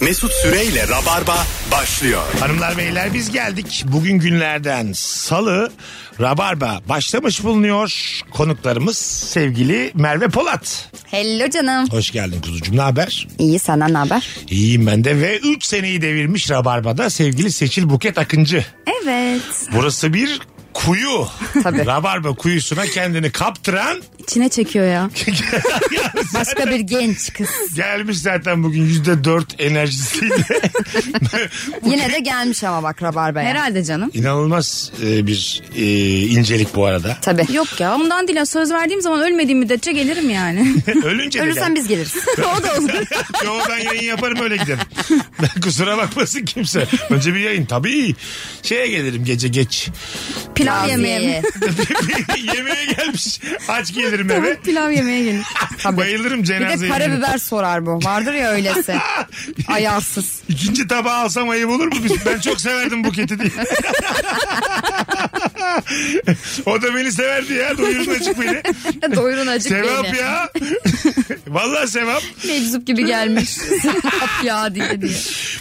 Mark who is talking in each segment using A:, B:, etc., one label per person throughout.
A: Mesut Süreyle Rabarba başlıyor.
B: Hanımlar beyler biz geldik. Bugün günlerden salı Rabarba başlamış bulunuyor. Konuklarımız sevgili Merve Polat.
C: Hello canım.
B: Hoş geldin kuzucuğum ne haber?
C: İyi senden ne haber?
B: İyiyim ben de ve 3 seneyi devirmiş Rabarba'da sevgili Seçil Buket Akıncı.
C: Evet.
B: Burası bir kuyu.
C: Tabii.
B: Rabarba kuyusuna kendini kaptıran
C: İçine çekiyor ya. Başka bir genç kız.
B: gelmiş zaten bugün %4 enerjisiyle.
C: Yine de gelmiş ama bak Rabarba'ya.
D: Herhalde canım.
B: İnanılmaz e, bir e, incelik bu arada.
C: Tabii.
D: Yok ya ondan değil. ya. Söz verdiğim zaman ölmediğim müddetçe gelirim yani.
B: Ölünce de gel.
C: Ölürsen biz geliriz.
D: o da olur.
B: Yo ben yayın yaparım öyle giderim. Ben kusura bakmasın kimse. Önce bir yayın tabii. Şeye gelirim gece geç.
D: Pilav yemeğe mi?
B: Yemeğe gelmiş. Aç gelirim eve.
D: Evet pilav yemeğe gelin.
B: Bayılırım
C: Bir de
B: cenazeye. gidip.
C: karabiber sorar bu. Vardır ya öylesi. Ayarsız.
B: İkinci tabağı alsam ayıp olur mu? Biz- Ben çok severdim buketi diye. o da beni severdi ya. Doyurun açık beni.
D: Doyurun acık
B: Sevap
D: beni.
B: ya. Vallahi sevap.
D: Meczup gibi gelmiş. Sevap ya diye diye.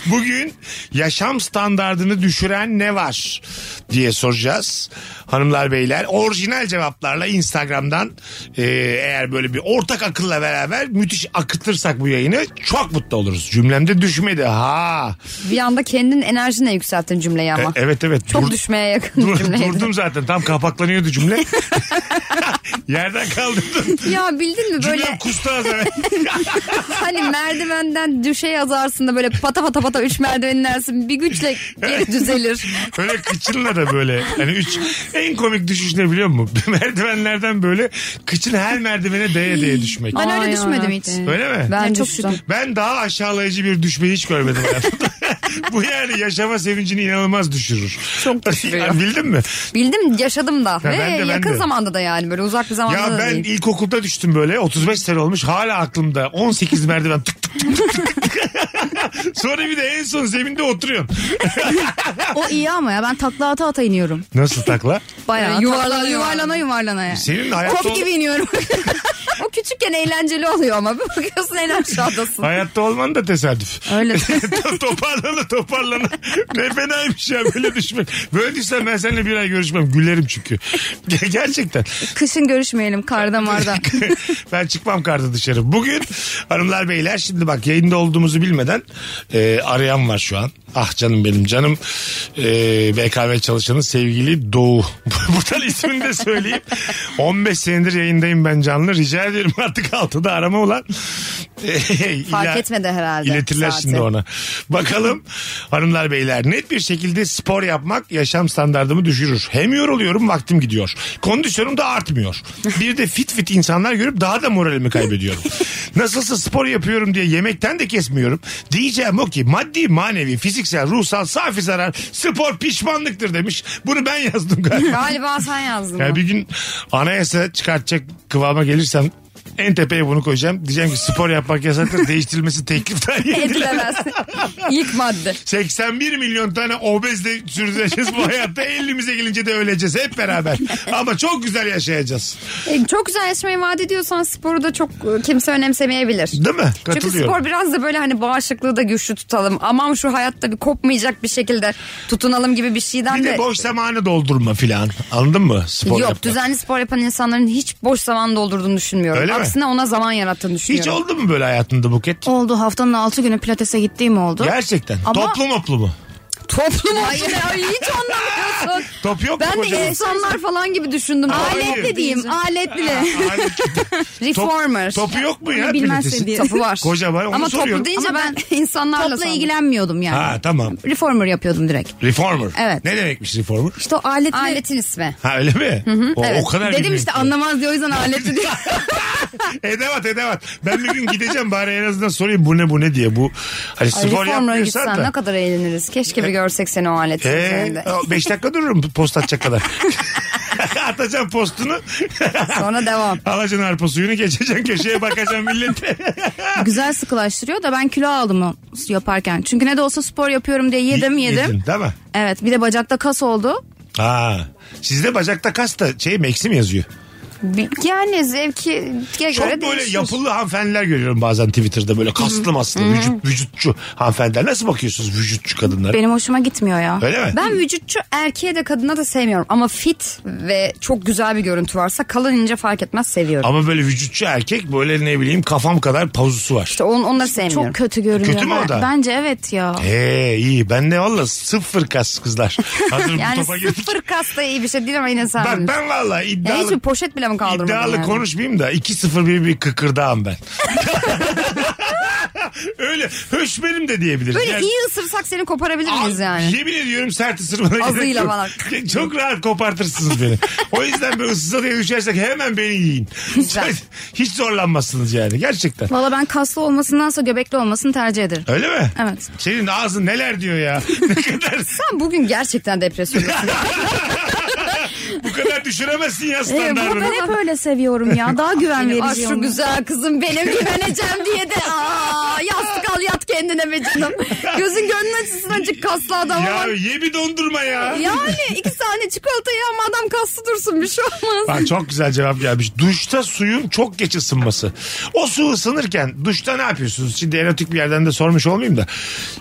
B: Bugün yaşam standartını düşüren ne var diye soracağız. Hanımlar beyler orijinal cevaplarla Instagram'dan e, eğer böyle bir ortak akılla beraber müthiş akıtırsak bu yayını çok mutlu oluruz. Cümlemde düşmedi ha.
C: Bir anda kendin enerjine yükselttin cümleyi ama.
B: E, evet evet.
C: Çok
B: Dur-
C: düşmeye yakın
B: dur-
C: cümleydi.
B: durdum zaten tam kapaklanıyordu cümle. Yerden kaldırdım.
C: Ya bildin mi
B: e, Cümlem
C: böyle
B: kustu az evvel.
C: hani merdivenden düşe yazarsın da böyle pata pata pata üç merdiven inersin bir güçle geri düzelir.
B: Böyle kıçınla da böyle. Hani üç en komik düşüş ne biliyor musun? Merdivenlerden böyle kıçın her merdivene değe değe düşmek.
D: Ben
C: Ay
D: öyle düşmedim hiç.
C: yarabbim.
B: Öyle mi? Ben...
C: Ben
D: Ya çok
C: düştüm.
D: şükür.
B: daha aşağılayıcı bir düşmeyi hiç görmedim hayatımda. Bu yani yaşama sevincini inanılmaz düşürür.
C: Çok düşürüyor.
B: Ya Bildin mi?
C: Bildim yaşadım da. Ve
B: ben de, ben
C: yakın
B: de.
C: zamanda da yani böyle uzak bir zamanda
B: Ya
C: da
B: ben
C: değil.
B: ilkokulda düştüm böyle 35 sene olmuş hala aklımda 18 merdiven tık tık tık tık tık. Sonra bir de en son zeminde oturuyorsun.
D: O iyi ama ya ben takla ata ata iniyorum.
B: Nasıl takla?
D: Bayağı
C: Ee, yuvarlana yuvarlana.
D: yuvarlana yuvarlana yuvarlana yani.
B: Senin hayatta,
C: Top gibi iniyorum. o küçükken eğlenceli oluyor ama bir bakıyorsun en aşağıdasın.
B: hayatta olman da tesadüf.
D: Öyle.
B: To- toparlana toparlana. Ne fenaymış ya böyle düşmek. Böyle düşsem ben seninle bir ay görüşmem. Gülerim çünkü. Ger- Gerçekten.
D: Kışın görüşmeyelim karda marda.
B: ben çıkmam kartı dışarı. Bugün hanımlar beyler şimdi bak yayında olduğumuzu bilmeden e, arayan var şu an. Ah canım benim canım e, BKM çalışanı sevgili Doğu. Buradan ismini de söyleyeyim. 15 senedir yayındayım ben canlı. Rica ediyorum artık altıda arama E, ulan.
C: Fark
B: İlla-
C: etmedi herhalde.
B: İletirler
C: saati.
B: şimdi ona. Bakalım hanımlar beyler net bir şekilde spor yapmak yaşam standartımı düşürür. Hem yoruluyorum vaktim gidiyor. Kondisyonum da artmıyor. Bir de fit fit insanlar görüp daha da moralimi kaybediyorum. Nasılsa spor yapıyorum diye yemekten de kesmiyorum. Diyeceğim o ki maddi manevi fiziksel ruhsal safi zarar spor pişmanlıktır demiş. Bunu ben yazdım galiba.
C: Galiba sen yazdın.
B: Yani
C: bunu.
B: bir gün anayasa çıkartacak kıvama gelirsem en tepeye bunu koyacağım. Diyeceğim ki spor yapmak yasaktır değiştirilmesi tekliften yeniden.
C: Edilemez. İlk madde.
B: 81 milyon tane obezle sürdüreceğiz bu hayatta. 50'mize gelince de öleceğiz hep beraber. Ama çok güzel yaşayacağız.
C: E, çok güzel yaşamayı vaat ediyorsan sporu da çok e, kimse önemsemeyebilir.
B: Değil mi?
C: Çünkü
B: Katılıyorum.
C: spor biraz da böyle hani bağışıklığı da güçlü tutalım. Aman şu hayatta bir kopmayacak bir şekilde tutunalım gibi bir şeyden
B: bir de boş zamanı doldurma filan. Anladın mı? Spor
C: Yok
B: yapmak.
C: düzenli spor yapan insanların hiç boş zaman doldurduğunu düşünmüyorum.
B: Öyle mi?
C: Aksine ona zaman yarattığını
B: Hiç
C: düşünüyorum.
B: oldu mu böyle hayatında Buket?
D: Oldu haftanın 6 günü pilatese gittiğim oldu.
B: Gerçekten.
D: Ama-
B: Toplu moplu mu?
C: Toplum olsun ya hiç anlamıyorsun.
B: Top yok mu
C: ben de
B: kocaman?
C: insanlar falan gibi düşündüm.
B: Hayır.
C: Aletli diyeyim aletli.
B: Hayır.
C: Reformer.
B: Top, Hani topu yok mu ya?
D: Hani bilmezse
B: pilatesin?
D: diye.
C: Topu var.
B: Kocaman onu
C: Ama
B: soruyorum.
C: toplu deyince
D: Ama
C: ben
D: ben
C: insanlarla
D: Topla ilgilenmiyordum yani.
B: Ha tamam.
D: Reformer yapıyordum direkt.
B: Reformer.
D: Evet.
B: Ne demekmiş reformer?
D: İşte o aletli...
C: Aletin ismi.
B: Ha öyle mi? O,
C: Evet.
B: o kadar
D: Dedim
B: bilmiyorum
D: işte
B: ki.
D: anlamaz diye o yüzden aletli diye.
B: Edevat edevat. Ben bir gün gideceğim bari en azından sorayım bu ne bu ne diye. Bu hani
C: Ay,
B: spor E,
C: Reformer'a
B: yapmıyorsan
C: gitsen ne
B: da.
C: kadar eğleniriz. Keşke bir görsek seni o aletin
B: Ee,
C: üzerinde.
B: o beş dakika dururum post atacak kadar. Atacaksın postunu.
C: Sonra devam.
B: Alacaksın arpa suyunu geçeceksin köşeye bakacaksın millete.
D: Güzel sıkılaştırıyor da ben kilo aldım o yaparken. Çünkü ne de olsa spor yapıyorum diye yedim yedim.
B: Yedin, değil mi?
D: Evet bir de bacakta kas oldu.
B: Ha. Sizde bacakta kas da şey Maxim yazıyor.
C: Bir- Yani zevki göre
B: Çok böyle
C: değişir.
B: yapılı hanımefendiler görüyorum bazen Twitter'da böyle kaslı maslı vücut, vücutçu hanımefendiler. Nasıl bakıyorsunuz vücutçu kadınlara?
D: Benim hoşuma gitmiyor ya.
B: Öyle mi?
C: Ben vücutçu erkeğe de kadına da sevmiyorum ama fit ve çok güzel bir görüntü varsa kalın ince fark etmez seviyorum.
B: Ama böyle vücutçu erkek böyle ne bileyim kafam kadar pazusu var.
C: İşte onu, onu da sevmiyorum.
D: Çok kötü görünüyor.
B: E, Kötü mü o
D: Ben-
B: da?
D: Bence evet ya.
B: Ee iyi ben de valla sıfır kas kızlar. Hazır bu
C: yani
B: topa girdik.
C: sıfır kas da iyi bir şey değil ama yine
B: Bak
C: sen.
B: ben valla
C: Ya
B: iddialı.
C: hiç bir poşet bile mi kaldırmadın
B: İddialı
C: yani?
B: konuşmayayım da 2-0 bir bir kıkırdağım ben. Öyle höş benim de diyebiliriz.
C: Böyle
B: Yani-
C: iyi ısırsak seni koparabilir
B: Al,
C: miyiz yani?
B: Yemin ediyorum sert ısırmana
C: Ağzıyla
B: gerek yok.
C: falan.
B: Çok rahat kopartırsınız beni. o yüzden böyle ıssıza diye düşersek hemen beni yiyin.
C: Güzel.
B: Hiç zorlanmazsınız yani gerçekten.
D: Valla ben kaslı olmasındansa göbekli olmasını tercih ederim.
B: Öyle mi?
D: Evet.
B: Senin ağzın neler diyor ya. Ne kadar
C: Sen bugün gerçekten depresyondasın.
B: bu kadar düşüremezsin ya
C: Ee,
D: Ee, Ben
B: standartını.
D: hep öyle seviyorum ya. Daha güven
C: Benim, ah
D: verici.
C: şu
D: olmalı.
C: güzel kızım benim güveneceğim diye de aa yastık al yat kendine be canım. Gözün gönlün açısın acık kaslı adam
B: Ya
C: ama.
B: ye bir dondurma ya.
C: Yani iki saniye çikolata ye ama adam kaslı dursun bir şey olmaz.
B: Bak çok güzel cevap gelmiş. Duşta suyun çok geç ısınması. O su ısınırken duşta ne yapıyorsunuz? Şimdi erotik bir yerden de sormuş olmayayım da.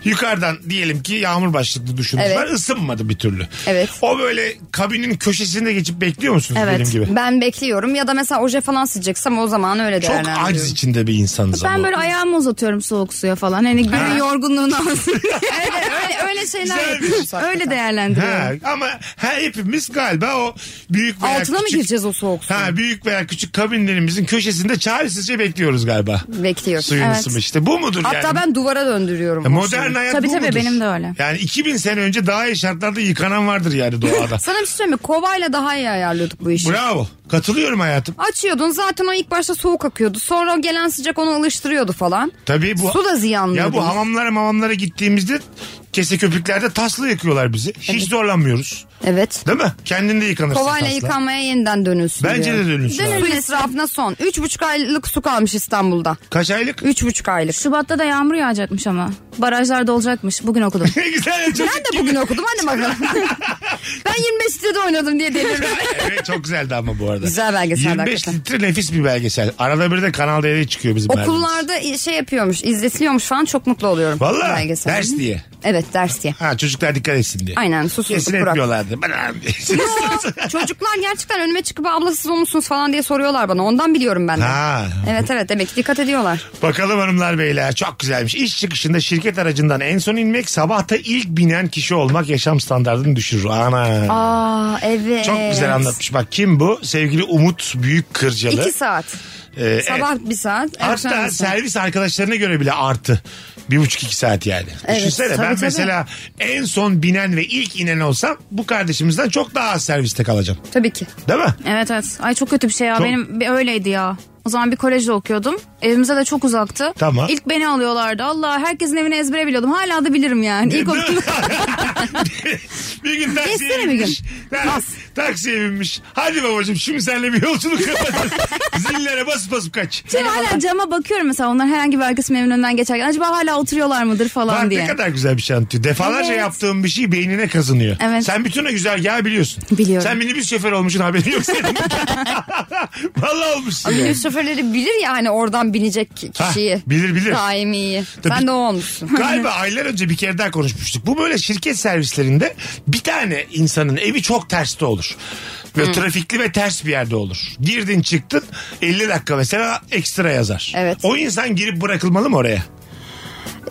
B: Yukarıdan diyelim ki yağmur başlıklı duşunuz
C: Evet.
B: var. ısınmadı bir türlü.
C: Evet.
B: O böyle kabinin köşesinde geçip bekliyor musunuz
D: Evet.
B: benim gibi?
C: Ben bekliyorum ya da mesela oje falan sileceksem o zaman öyle
B: Çok
C: değerlendiriyorum.
B: aciz içinde bir insanız ama.
D: Ben böyle ayağımı uzatıyorum soğuk suya falan. Hani günün yorgunluğunu alsın.
C: Öyle, öyle, öyle şeyler
B: Güzelmiş.
C: yapıyoruz hakikaten.
D: Öyle değerlendiriyorum.
B: şey Ha, ama ha, hepimiz galiba o büyük veya
C: Altına mı
B: küçük,
C: gireceğiz o soğuk suyun?
B: Ha, büyük veya küçük kabinlerimizin köşesinde çaresizce bekliyoruz galiba.
C: Bekliyoruz.
B: Suyun
C: Evet.
B: ısınma işte. Bu mudur yani? E,
C: Hatta ben duvara döndürüyorum. o
B: Modern
C: şeyi.
B: hayat
D: Tabii
B: bu
D: tabii,
B: mudur?
D: benim de öyle.
B: Yani 2000 sene önce daha iyi şartlarda yıkanan vardır yani doğada.
C: Sana bir şey söyleyeyim mi? Kovayla daha iyi ayarlıyorduk bu işi.
B: Bravo. Katılıyorum hayatım.
C: Açıyordun zaten o ilk başta soğuk akıyordu. Sonra o gelen sıcak onu alıştırıyordu falan.
B: Tabii E, bu...
C: Su da ziyanlıydı.
B: Ya bu hamamlara mamamlara gittiğimizde kese köpüklerde tasla yıkıyorlar bizi. Hiç zorlanmıyoruz.
C: Evet.
B: Değil mi? Kendin de yıkanırsın
C: Kovayla
B: tasla.
C: yıkanmaya yeniden dönülsün
B: Bence
C: diyor.
B: de dönülsün
C: Su
D: abi.
C: israfına son. Üç buçuk aylık su kalmış İstanbul'da.
B: Kaç aylık?
C: Üç buçuk aylık.
D: Şubat'ta da yağmur yağacakmış ama. Barajlarda olacakmış. Bugün okudum.
B: Ne güzel. ya, Çocuk
C: Ben de bugün okudum hadi bakalım. ben 25 litrede oynadım diye deliriyorum.
B: evet çok güzeldi ama bu arada.
C: Güzel belgesel
B: 25
C: hakikaten.
B: litre nefis bir belgesel. Arada bir de Kanal D'de çıkıyor bizim belgesel.
C: Okullarda şey yapıyormuş, izletiliyormuş falan çok mutlu oluyorum.
B: Valla
C: Belgesel.
B: ders diye.
C: Evet ders diye.
B: Ha çocuklar dikkat etsin diye.
C: Aynen, susuzluk
B: Kesin
C: bırak.
B: etmiyorlardı. Ben
C: Çocuklar gerçekten önüme çıkıp abla siz o musunuz falan diye soruyorlar bana. Ondan biliyorum ben de.
B: Ha.
C: Evet evet demek ki dikkat ediyorlar.
B: Bakalım hanımlar beyler çok güzelmiş. İş çıkışında şirket aracından en son inmek sabahta ilk binen kişi olmak yaşam standartını düşürür. Ana.
C: Aa evet.
B: çok güzel anlatmış. Bak kim bu? Sevgili Umut Büyük Kırcalı.
C: İki saat.
B: Ee,
C: Sabah
B: evet.
C: bir saat. akşam
B: Hatta
C: bir saat.
B: servis arkadaşlarına göre bile artı. Bir buçuk iki saat yani.
C: Evet,
B: Düşünsene
C: tabii,
B: ben
C: tabii.
B: mesela en son binen ve ilk inen olsam bu kardeşimizden çok daha az serviste kalacağım.
C: Tabii ki.
B: Değil mi?
D: Evet evet. Ay çok kötü bir şey ya.
B: Çok-
D: Benim bir öyleydi ya. O zaman bir kolejde okuyordum. Evimize de çok uzaktı.
B: Tamam.
D: İlk beni alıyorlardı. Allah herkesin evini ezbere biliyordum. Hala da bilirim yani.
B: E,
D: İlk okulda.
B: bir gün taksiye
C: Geçsene bir
B: binmiş.
C: Bas.
B: Tak, taksiye binmiş. Hadi babacığım şimdi seninle bir yolculuk yapacağız. Zillere basıp basıp kaç.
D: Şimdi hala cama bakıyorum mesela onlar herhangi bir arkasının evinin önünden geçerken. Acaba hala oturuyorlar mıdır falan
B: Bak ne
D: diye.
B: kadar güzel bir şey anlatıyor. Defalarca
D: Evet.
B: yaptığın bir şey beynine kazınıyor.
D: Evet.
B: Sen bütün o güzergahı biliyorsun.
D: Biliyorum.
B: Sen minibüs şoförü olmuşsun haberin yok senin. Vallahi olmuşsun. yani.
C: Minibüs şoförleri bilir ya hani oradan binecek kişiyi.
B: Ha, bilir, bilir.
C: Daimiyi.
B: Tabii.
C: Sen de o olmuşsun.
B: Galiba aylar önce bir kere daha konuşmuştuk. Bu böyle şirket servislerinde bir tane insanın evi çok terste olur. Ve
C: Hmm.
B: trafikli ve ters bir yerde olur. Girdin çıktın 50 dakika mesela ekstra yazar.
C: Evet.
B: O insan girip bırakılmalı mı oraya?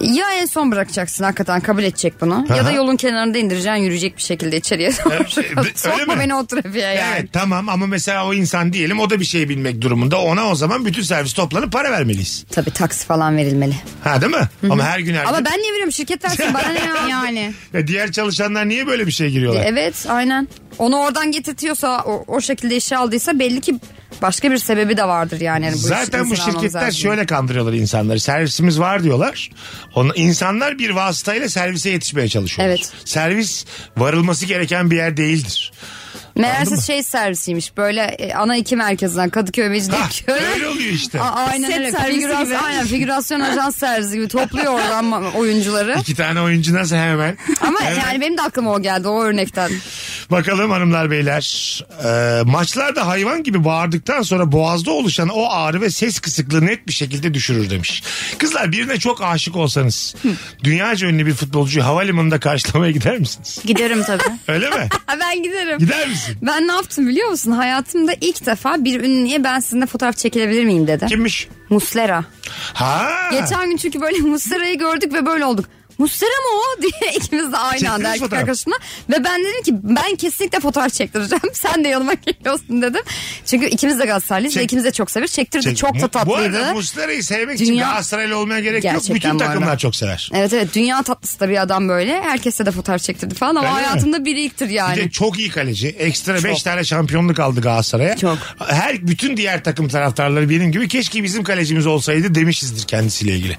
C: Ya en son bırakacaksın hakikaten kabul edecek bunu.
B: Aha.
C: Ya da yolun kenarında indireceksin yürüyecek bir şekilde içeriye.
B: öyle mi?
C: Sokma beni o trafiğe E yani.
B: Evet tamam ama mesela o insan diyelim o da bir şey bilmek durumunda. Ona o zaman bütün servis toplanıp para vermeliyiz.
C: Tabii taksi falan verilmeli.
B: Ha değil mi? Ama her gün her
C: Ama
B: gün-
C: ben niye veriyorum şirket versin bana ne ya? yani.
B: Ya diğer çalışanlar niye böyle bir şey giriyorlar?
C: Evet aynen. Onu oradan getirtiyorsa o, o şekilde işe aldıysa belli ki başka bir sebebi de vardır yani. yani bu iş-
B: Zaten bu
C: insan almamız
B: şirketler
C: lazım.
B: şöyle kandırıyorlar insanları. Servisimiz var diyorlar. Onu, insanlar bir vasıtayla servise yetişmeye çalışıyorlar.
C: Evet.
B: Servis varılması gereken bir yer değildir.
C: Meğerse
B: mı?
C: şey servisiymiş böyle e, ana iki merkezden Kadıköy
B: Ha,
C: Mecidiyeköy.
B: öyle oluyor işte.
C: A- aynen
D: Set
C: öyle.
D: servisi
C: Figürasyon-
D: gibi.
C: aynen figürasyon ajans servisi gibi topluyor oradan ma- oyuncuları.
B: İki tane oyuncu nasıl hemen?
C: Ama
B: Hemen.
C: yani benim de aklıma o geldi o örnekten.
B: Bakalım hanımlar beyler. Ee, maçlarda hayvan gibi bağırdıktan sonra boğazda oluşan o ağrı ve ses kısıklığı net bir şekilde düşürür demiş. Kızlar birine çok aşık olsanız dünyaca ünlü bir futbolcuyu havalimanında karşılamaya gider misiniz?
D: Giderim tabii.
B: Öyle mi?
C: Ha, ben giderim.
B: Gider misin?
C: Ben ne yaptım biliyor musun? Hayatımda ilk defa bir ünlüye ben sizinle fotoğraf çekilebilir miyim dedi.
B: Kimmiş?
C: Muslera.
B: Ha.
C: Geçen gün çünkü böyle Muslera'yı gördük ve böyle olduk. Muslera mı o diye ikimiz de aynı
B: Çektiniz
C: anda erkek
B: fotoğraf.
C: arkadaşımla. Ve ben dedim ki ben kesinlikle fotoğraf çektireceğim. Sen de yanıma geliyorsun dedim. Çünkü ikimiz de Galatasaraylıyız
B: Çek-
C: ve ikimiz de çok sever. Çektirdi
B: Çek-
C: çok da
B: Bu- Bu arada
C: tatlıydı.
B: Muslera'yı sevmek için
C: Dünya-
B: Galatasaraylı olmaya gerek yok.
C: Gerçekten
B: Bütün
C: bu arada.
B: takımlar çok sever.
C: Evet evet dünya tatlısı da bir adam böyle. Herkese de fotoğraf çektirdi falan ama
B: Öyle mi?
C: hayatımda biri ilktir yani.
B: Bir de çok iyi kaleci. Ekstra 5 tane şampiyonluk aldı Galatasaray'a.
C: Çok.
B: Her bütün diğer takım taraftarları benim gibi keşke bizim kalecimiz olsaydı demişizdir kendisiyle ilgili.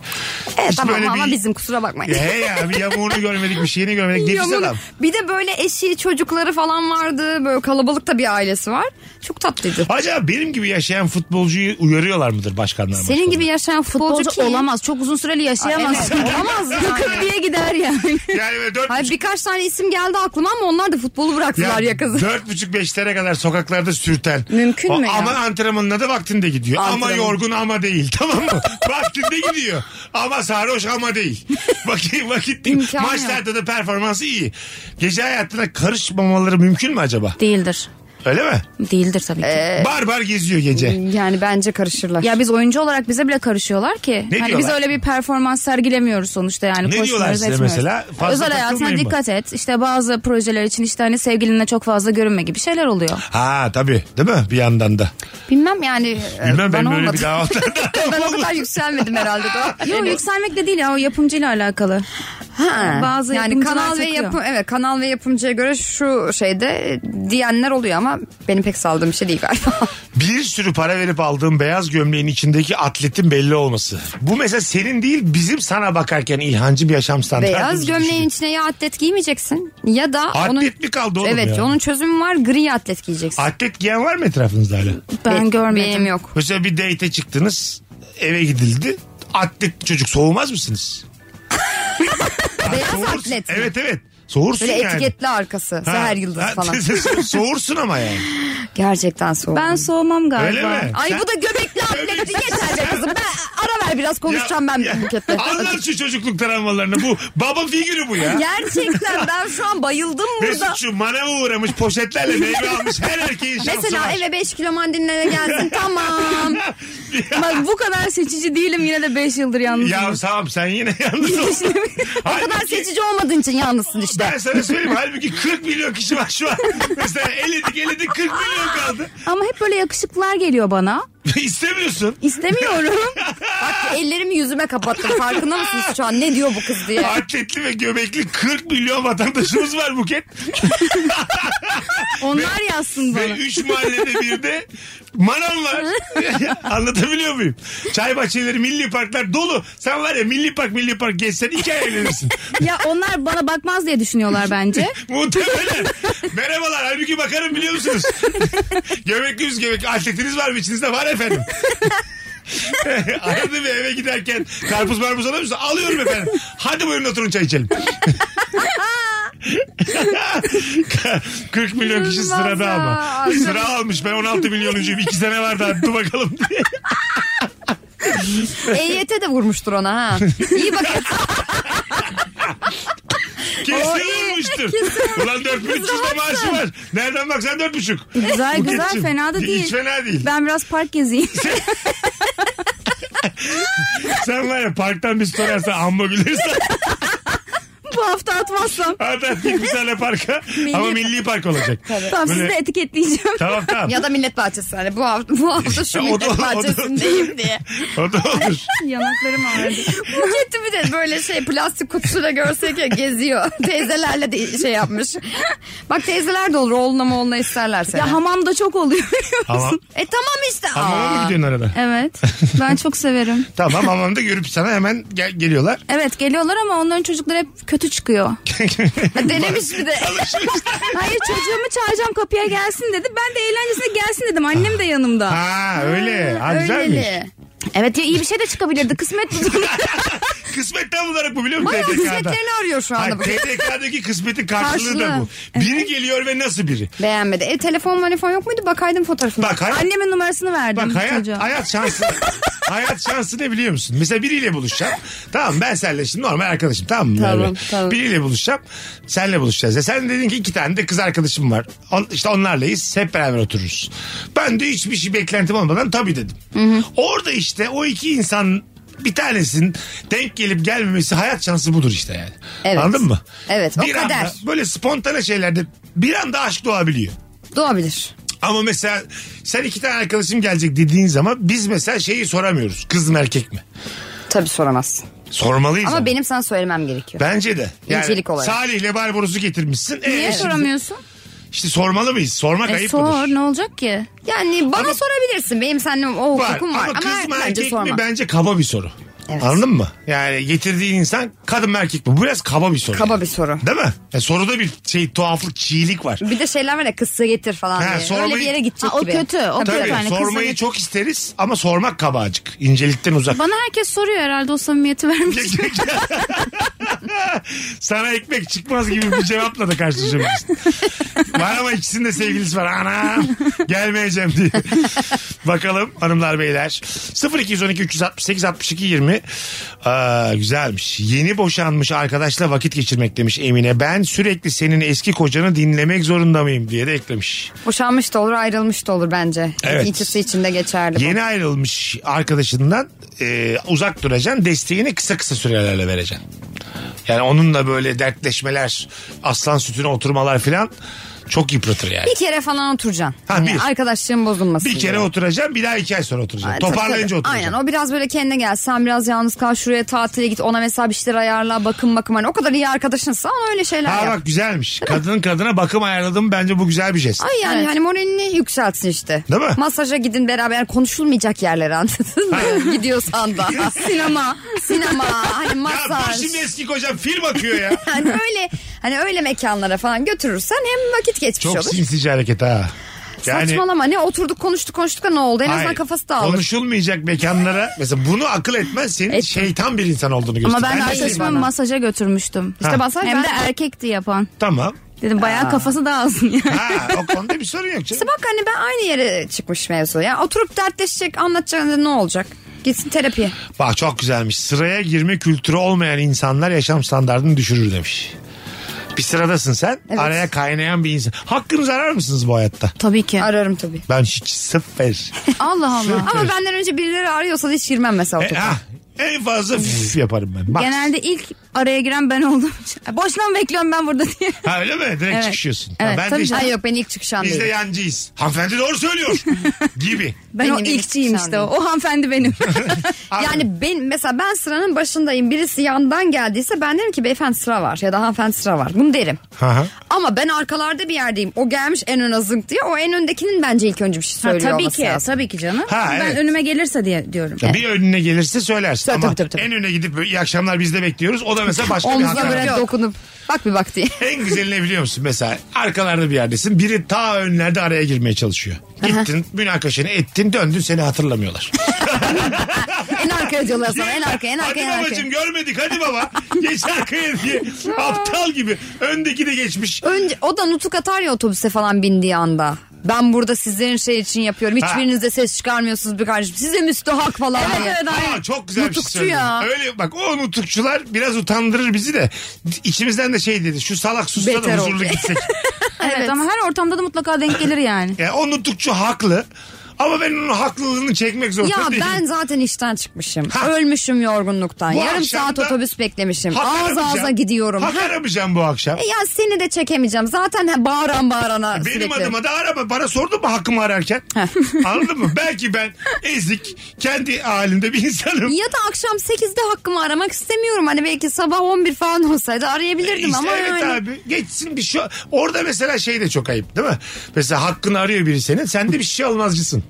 C: Evet,
B: Hiç
C: E, tamam
B: böyle
C: ama
B: bir-
C: bizim kusura bakmayın.
B: Ya He ya bir yamuğunu görmedik bir şeyini görmedik. Nefis
C: Yamuk.
B: adam.
C: Bir de böyle eşi çocukları falan vardı. Böyle kalabalıkta bir ailesi var. Çok tatlıydı.
B: Acaba benim gibi yaşayan futbolcuyu uyarıyorlar mıdır başkanlar?
C: Senin
B: başkanlar?
C: gibi yaşayan futbolcu
D: Futbolcu
C: kim?
D: olamaz. Çok uzun süreli yaşayamaz.
C: Evet, olamaz yani.
D: Yakıp diye gider yani.
B: Yani böyle dört
C: Hayır
B: buçuk-
C: birkaç tane isim geldi aklıma ama onlar da futbolu bıraktılar ya, kızım.
B: Dört buçuk beşlere kadar sokaklarda sürten.
D: Mümkün mü ya?
B: Ama antrenmanına da vaktinde gidiyor. Ama
C: Antrenman.
B: yorgun ama değil tamam mı? vaktinde gidiyor. Ama sarhoş ama değil. Vakit, vakit değil.
C: İmkanı yok.
B: Maçlarda da performansı iyi. Gece hayatına karışmamaları mümkün mü acaba?
D: Değildir.
B: Öyle mi?
D: Değildir tabii ki.
C: Ee,
B: Barbar geziyor gece.
C: Yani bence karışırlar.
D: Ya biz oyuncu olarak bize bile karışıyorlar ki. hani
B: diyorlar?
D: biz öyle bir performans sergilemiyoruz sonuçta yani.
B: Ne diyorlar
D: koşmuyoruz,
B: size
D: etmiyoruz.
B: mesela? Fazla
D: Özel hayatına
B: takılmayın mı?
D: dikkat et. İşte bazı projeler için işte hani sevgilinle çok fazla görünme gibi şeyler oluyor.
B: Ha tabii değil mi? Bir yandan da.
C: bilmem yani e,
B: Bilmem ben
C: bana
B: böyle
C: olmadı.
B: bir daha
C: ben o kadar yükselmedim herhalde. Doğru.
D: Yok yükselmek de değil ya o yapımcıyla alakalı.
C: Ha.
D: Bazı
C: yani
D: yapımcılar
C: kanal ve
D: takıyor.
C: yapım evet kanal ve yapımcıya göre şu şeyde e, diyenler oluyor ama benim pek saldığım bir şey değil galiba.
B: Bir sürü para verip aldığım beyaz gömleğin içindeki atletin belli olması. Bu mesela senin değil bizim sana bakarken İlhancı bir yaşam standartı.
C: Beyaz gömleğin içine ya atlet giymeyeceksin ya da
B: Atlet
C: onun
B: mi kaldı oğlum
C: Evet,
B: ya?
C: onun çözümü var. Gri atlet giyeceksin.
B: Atlet giyen var mı etrafınızda hala?
D: Ben
C: Be-
D: görmedim.
C: Benim yok.
B: Mesela bir date'e çıktınız eve gidildi. Atlet çocuk soğumaz mısınız?
C: Beyaz
B: Soğursun.
C: atlet. mi?
B: Evet evet. Soğursun
C: Böyle
B: Şey yani.
C: etiketli arkası.
B: Ha,
C: Seher Yıldız
B: ha,
C: falan.
B: soğursun ama yani.
C: Gerçekten soğuk.
D: Ben soğumam galiba.
B: Öyle mi?
C: Ay
B: Sen-
C: bu da göbekli atlet. Yeter be kızım. Ben ara ver biraz konuşacağım
B: Ya-
C: ben
B: ya-
C: bu buketle.
B: Anlat şu çocukluk travmalarını. Bu baba figürü bu ya.
C: Gerçekten ben şu an bayıldım burada.
B: Mesut şu manava uğramış poşetlerle meyve almış her erkeğin şansı
C: Mesela
B: var.
C: eve 5 kilo mandalinaya gelsin tamam.
D: Bak bu kadar seçici değilim yine de 5 yıldır yalnız.
B: Ya şey- tamam sen yine yalnız oldun.
C: o kadar seçici olmadığın için yalnızsın işte.
B: Ben sana söyleyeyim halbuki 40 milyon kişi var şu an. Mesela eledik eledik 40 milyon kaldı.
D: Ama hep böyle yakışıklılar geliyor bana.
B: İstemiyorsun.
D: İstemiyorum.
C: Bak ellerimi yüzüme kapattım farkında mısınız şu an ne diyor bu kız diye.
B: Atletli ve göbekli 40 milyon vatandaşımız var Buket.
D: Onlar yazsın
B: Ve
D: bana.
B: 3 mahallede bir de manav var. Anlatabiliyor muyum? Çay bahçeleri, milli parklar dolu. Sen var ya milli park milli park gezsen iki ay eğlenirsin.
D: Ya onlar bana bakmaz diye düşünüyorlar bence.
B: Muhtemelen. Merhabalar. Halbuki bakarım biliyor musunuz? göbekli yüz göbek. Atletiniz var mı? İçinizde var efendim. Aradı ve eve giderken karpuz marpuz alıyor musun? Alıyorum efendim. Hadi buyurun oturun çay içelim. 40 milyon kişi
C: İnanılmaz
B: sırada
C: ya.
B: ama. Sıra almış. Ben 16 milyonuncuyum. 2 sene var daha. Dur bakalım diye.
C: EYT E de vurmuştur ona ha. İyi bak
B: Kesin olmuştur. Ulan 4300 de maaşı var. Nereden baksan 4,5.
D: Güzel güzel
B: Buketçim,
D: fena da değil.
B: Hiç fena değil.
D: Ben biraz park gezeyim.
B: Sen var ya parktan bir story atsan amma gülersin.
D: Bu hafta atmazsam.
B: Hatta gitmişlerle parka ama milli park olacak.
D: Tamam sizi
B: Böyle-
D: de etiketleyeceğim.
B: Tamam tamam.
C: ya da millet bahçesi hani bu hafta, bu hafta şu
B: O da- o da-
C: millet bahçesindeyim diye.
B: O da olur.
D: Yanaklarım ağrıdı.
C: Buketi bir de böyle şey plastik kutusuyla görsek ya geziyor. Teyzelerle de şey yapmış. Bak teyzeler de olur oğluna moğluna isterler seni.
D: Ya hamamda çok oluyor.
B: Hamam.
C: e tamam işte.
B: Hamama mı
C: Aa.
B: gidiyorsun arada?
D: evet. Ben çok severim.
B: Tamam hamamda görüp sana hemen gel- geliyorlar.
D: Evet geliyorlar ama onların çocukları hep kötü kötü çıkıyor.
C: Ha, Denemiş bir de.
D: Hayır çocuğumu çağıracağım kapıya gelsin dedi. Ben de eğlencesine gelsin dedim. Annem de yanımda.
B: Ha öyle. Ha, güzelmiş.
C: Öyleli.
D: Evet ya iyi bir şey de çıkabilirdi. Kısmet bu durum.
B: Kısmet tam olarak bu biliyor musun?
C: Bayağı
B: TDK'da?
C: kısmetlerini arıyor şu
B: Hayır,
C: anda. bu.
B: TDK'daki kısmetin karşılığı da bu.
D: Karşılığı.
B: Biri geliyor ve nasıl biri?
C: Beğenmedi. E telefon telefon yok muydu? Bakaydım fotoğrafına.
B: Bak hayat,
D: Annemin numarasını verdim
B: bak hayat,
D: çocuğa.
B: hayat şansı. hayat şansı ne biliyor musun? Mesela biriyle buluşacağım. Tamam ben seninle şimdi normal arkadaşım tamam mı?
C: Tamam,
B: Merve?
C: tamam.
B: Biriyle buluşacağım. Seninle buluşacağız. Ya sen dedin ki iki tane de kız arkadaşım var. On, işte onlarlayız. Hep beraber otururuz. Ben de hiçbir şey beklentim olmadan tabii dedim. Orada işte o iki insan bir tanesinin denk gelip gelmemesi hayat şansı budur işte yani.
C: Evet.
B: Anladın mı?
C: Evet, o
B: bir
C: kader.
B: Anda, böyle spontane şeylerde bir anda aşk doğabiliyor.
C: Doğabilir.
B: Ama mesela sen iki tane arkadaşım gelecek dediğin zaman biz mesela şeyi soramıyoruz. Kız mı erkek mi?
C: Tabii soramazsın.
B: Sormalıyız
C: Ama
B: ama.
C: benim sana söylemem gerekiyor.
B: Bence de. Yani
C: İncelik olarak.
B: Salih'le Barbaros'u getirmişsin. Ee,
D: Niye
B: şimdi-
D: soramıyorsun?
B: İşte sormalı mıyız? Sormak
D: E,
B: ayıp
D: sor
B: mıdır?
D: ne olacak ki?
C: Yani bana sorabilirsin. Benim seninle o
B: Var.
C: hukukum
B: Ama,
C: var. Ama,
B: kız mı
C: bence
B: erkek mi
C: sorma.
B: bence kaba bir soru.
C: Evet.
B: Anladın mı? Yani getirdiğin insan kadın mı erkek mi? Bu biraz kaba bir soru.
C: Kaba
B: yani.
C: bir soru.
B: Değil mi? Yani soruda bir şey tuhaflık, çiğlik var.
C: Bir de şeyler var ya kızsa getir falan
B: Ha,
C: diye.
B: sormayı-
C: Öyle bir yere gidecek
D: Ha, o
C: gibi.
D: kötü, o
C: Tabii.
D: kötü.
B: Tabii
D: yani kızla
B: sormayı
D: geç-
B: çok isteriz ama sormak kabacık. İncelikten uzak.
D: Bana herkes soruyor herhalde o samimiyeti vermiş.
B: Sana ekmek çıkmaz gibi bir cevapla da karşılaşabilirsin. var ama ikisinin de sevgilisi var. Ana gelmeyeceğim diye. Bakalım hanımlar beyler. 0212 368 62 20. Aa, güzelmiş. Yeni boşanmış arkadaşla vakit geçirmek demiş Emine. Ben sürekli senin eski kocanı dinlemek zorunda mıyım diye de eklemiş.
C: Boşanmış da olur ayrılmış da olur bence.
B: Evet.
C: İkisi için de geçerli. bu.
B: Yeni ayrılmış arkadaşından e, uzak duracaksın. Desteğini kısa kısa sürelerle vereceksin. Yani onunla böyle dertleşmeler, aslan sütüne oturmalar filan çok yıpratır yani.
C: Bir kere falan oturacaksın.
B: Ha,
C: Hani
B: bir.
C: arkadaşlığın bozulmasın.
B: Bir kere
C: diye.
B: oturacaksın bir daha iki ay sonra oturacaksın.
C: Aynen, tabii,
B: Toparlayınca
C: tabii.
B: oturacaksın.
C: Aynen o biraz böyle kendine gel. Sen biraz yalnız kal şuraya tatile git ona mesela bir şeyler ayarla bakım bakım. Hani o kadar iyi arkadaşınsa ona öyle şeyler
B: Ha
C: yap.
B: bak güzelmiş. Kadının kadına bakım ayarladım bence bu güzel bir jest.
C: Ay yani
D: Evet.
C: hani moralini yükseltsin işte.
B: Değil mi?
C: Masaja gidin beraber yani konuşulmayacak yerlere anladın mı? Gidiyorsan da. Sinema. Sinema. Hani
B: Ya bu
C: masaj.
B: şimdi eski kocam film akıyor ya.
C: Hani öyle hani öyle mekanlara falan götürürsen hem vakit geçmiş
B: Çok
C: olur.
B: sinsice hareket ha.
C: Saçmalama ne oturduk konuştuk konuştuk da ne oldu? En azından
B: hayır,
C: kafası dağılır.
B: Konuşulmayacak mekanlara mesela bunu akıl etmez senin
C: Etmem.
B: şeytan bir insan olduğunu gösterir.
D: Ama ben de
B: de-
D: arkadaşımı
C: bana.
D: masaja götürmüştüm.
B: Ha.
D: İşte
C: basar
D: Hem
C: ben-
D: de erkekti yapan.
B: Tamam.
D: Dedim bayağı kafası dağılsın yani.
B: Ha, o konuda bir sorun yok
C: İşte
B: canım.
C: bak hani ben aynı yere çıkmış mevzu ya. Oturup dertleşecek anlatacağın ne olacak? Gitsin terapiye.
B: Bak çok güzelmiş. Sıraya girme kültürü olmayan insanlar yaşam standartını düşürür demiş. Bir sıradasın sen.
C: Evet.
B: Araya kaynayan bir insan. Hakkınızı arar mısınız bu hayatta?
D: Tabii ki.
C: Ararım tabii.
B: Ben hiç sıfır.
D: Allah Allah.
C: Ama benden önce birileri arıyorsa da hiç girmem mesela.
B: e,
C: otobüse.
B: ha, en fazla üf yaparım ben. Bak.
D: Genelde ilk araya giren ben oldum. Boşuna mı bekliyorum ben burada diye.
B: Ha, öyle mi? Direkt
D: Evet.
B: çıkışıyorsun. Ha,
D: Evet,
B: ben de
D: tabii
B: işte,
C: Ay yok ben ilk çıkışan
B: biz de
C: değilim.
B: yancıyız. Hanımefendi doğru söylüyor. gibi.
D: Ben
C: Benim
D: o
C: ilk
D: ilkçiyim işte o. O hanımefendi benim.
C: Yani ben mesela ben sıranın başındayım. Birisi yandan geldiyse ben derim ki beyefendi sıra var ya da hanımefendi sıra var. Bunu derim.
B: Aha.
C: Ama ben arkalarda bir yerdeyim. O gelmiş en ön azınk diye. O en öndekinin bence ilk önce bir şey söylüyor
D: tabii
C: olması
D: ki.
C: lazım.
D: Tabii ki canım.
B: Ha,
D: ben
B: evet.
D: önüme gelirse diye diyorum.
C: E,
B: Ya Bir önüne gelirse söylersin
C: Tabii,
B: ama
C: tabii, tabii, tabii.
B: en öne gidip böyle, iyi akşamlar biz de bekliyoruz. O da mesela başka bir
C: Omzuna
B: hata.
C: böyle dokunup bak bir bak diye.
B: En güzelini biliyor musun mesela arkalarda bir yerdesin biri ta önlerde araya girmeye çalışıyor. Gittin münakaşanı ettin döndün seni hatırlamıyorlar.
C: en arkaya diyorlar sana en arkaya en
B: hadi
C: arkaya en arkaya.
B: babacım görmedik hadi baba geç arkaya diye aptal gibi öndeki de geçmiş.
C: Önce, o da nutuk atar ya otobüse falan bindiği anda. Ben burada sizlerin şey için yapıyorum.
B: Ha.
C: Hiçbiriniz de ses çıkarmıyorsunuz bir kardeşim. Size müstahak falan diye.
B: Aa, çok güzel bir
C: Nutukçu
B: şey söyledin.
C: ya.
B: Öyle bak o nutukçular biraz utandırır bizi de içimizden de şey dedi şu salak sussa da
C: Beter oldu.
B: huzurlu gitsek.
D: Evet, ama her ortamda da mutlaka denk gelir yani.
B: Yani o nutukçu haklı ama ben onun haklılığını çekmek zorunda
C: Ya
B: değilim.
C: ben zaten işten çıkmışım.
B: Ha.
C: Ölmüşüm yorgunluktan.
B: Bu
C: Yarım
B: akşam
C: saat
B: da
C: otobüs beklemişim.
B: Hak
C: Ağız
B: aramayacağım.
C: ağza gidiyorum.
B: Hak
C: Ha.
B: aramayacağım bu akşam.
C: E ya seni de çekemeyeceğim. Zaten he- bağıran bağırana
B: Benim
C: sürekli.
B: adıma da arama. Bana sordun mu hakkımı ararken? Anladın mı? Belki ben ezik, kendi halinde bir insanım.
C: Ya da akşam 8'de hakkımı aramak istemiyorum. Hani belki sabah 11 falan olsaydı
B: E
C: arayabilirdim
B: işte
C: ama
B: evet
C: yani.
B: abi geçsin bir şey. Orada mesela şey de çok ayıp değil mi? Mesela hakkını arıyor biri senin. Sen de bir şey almazcısın.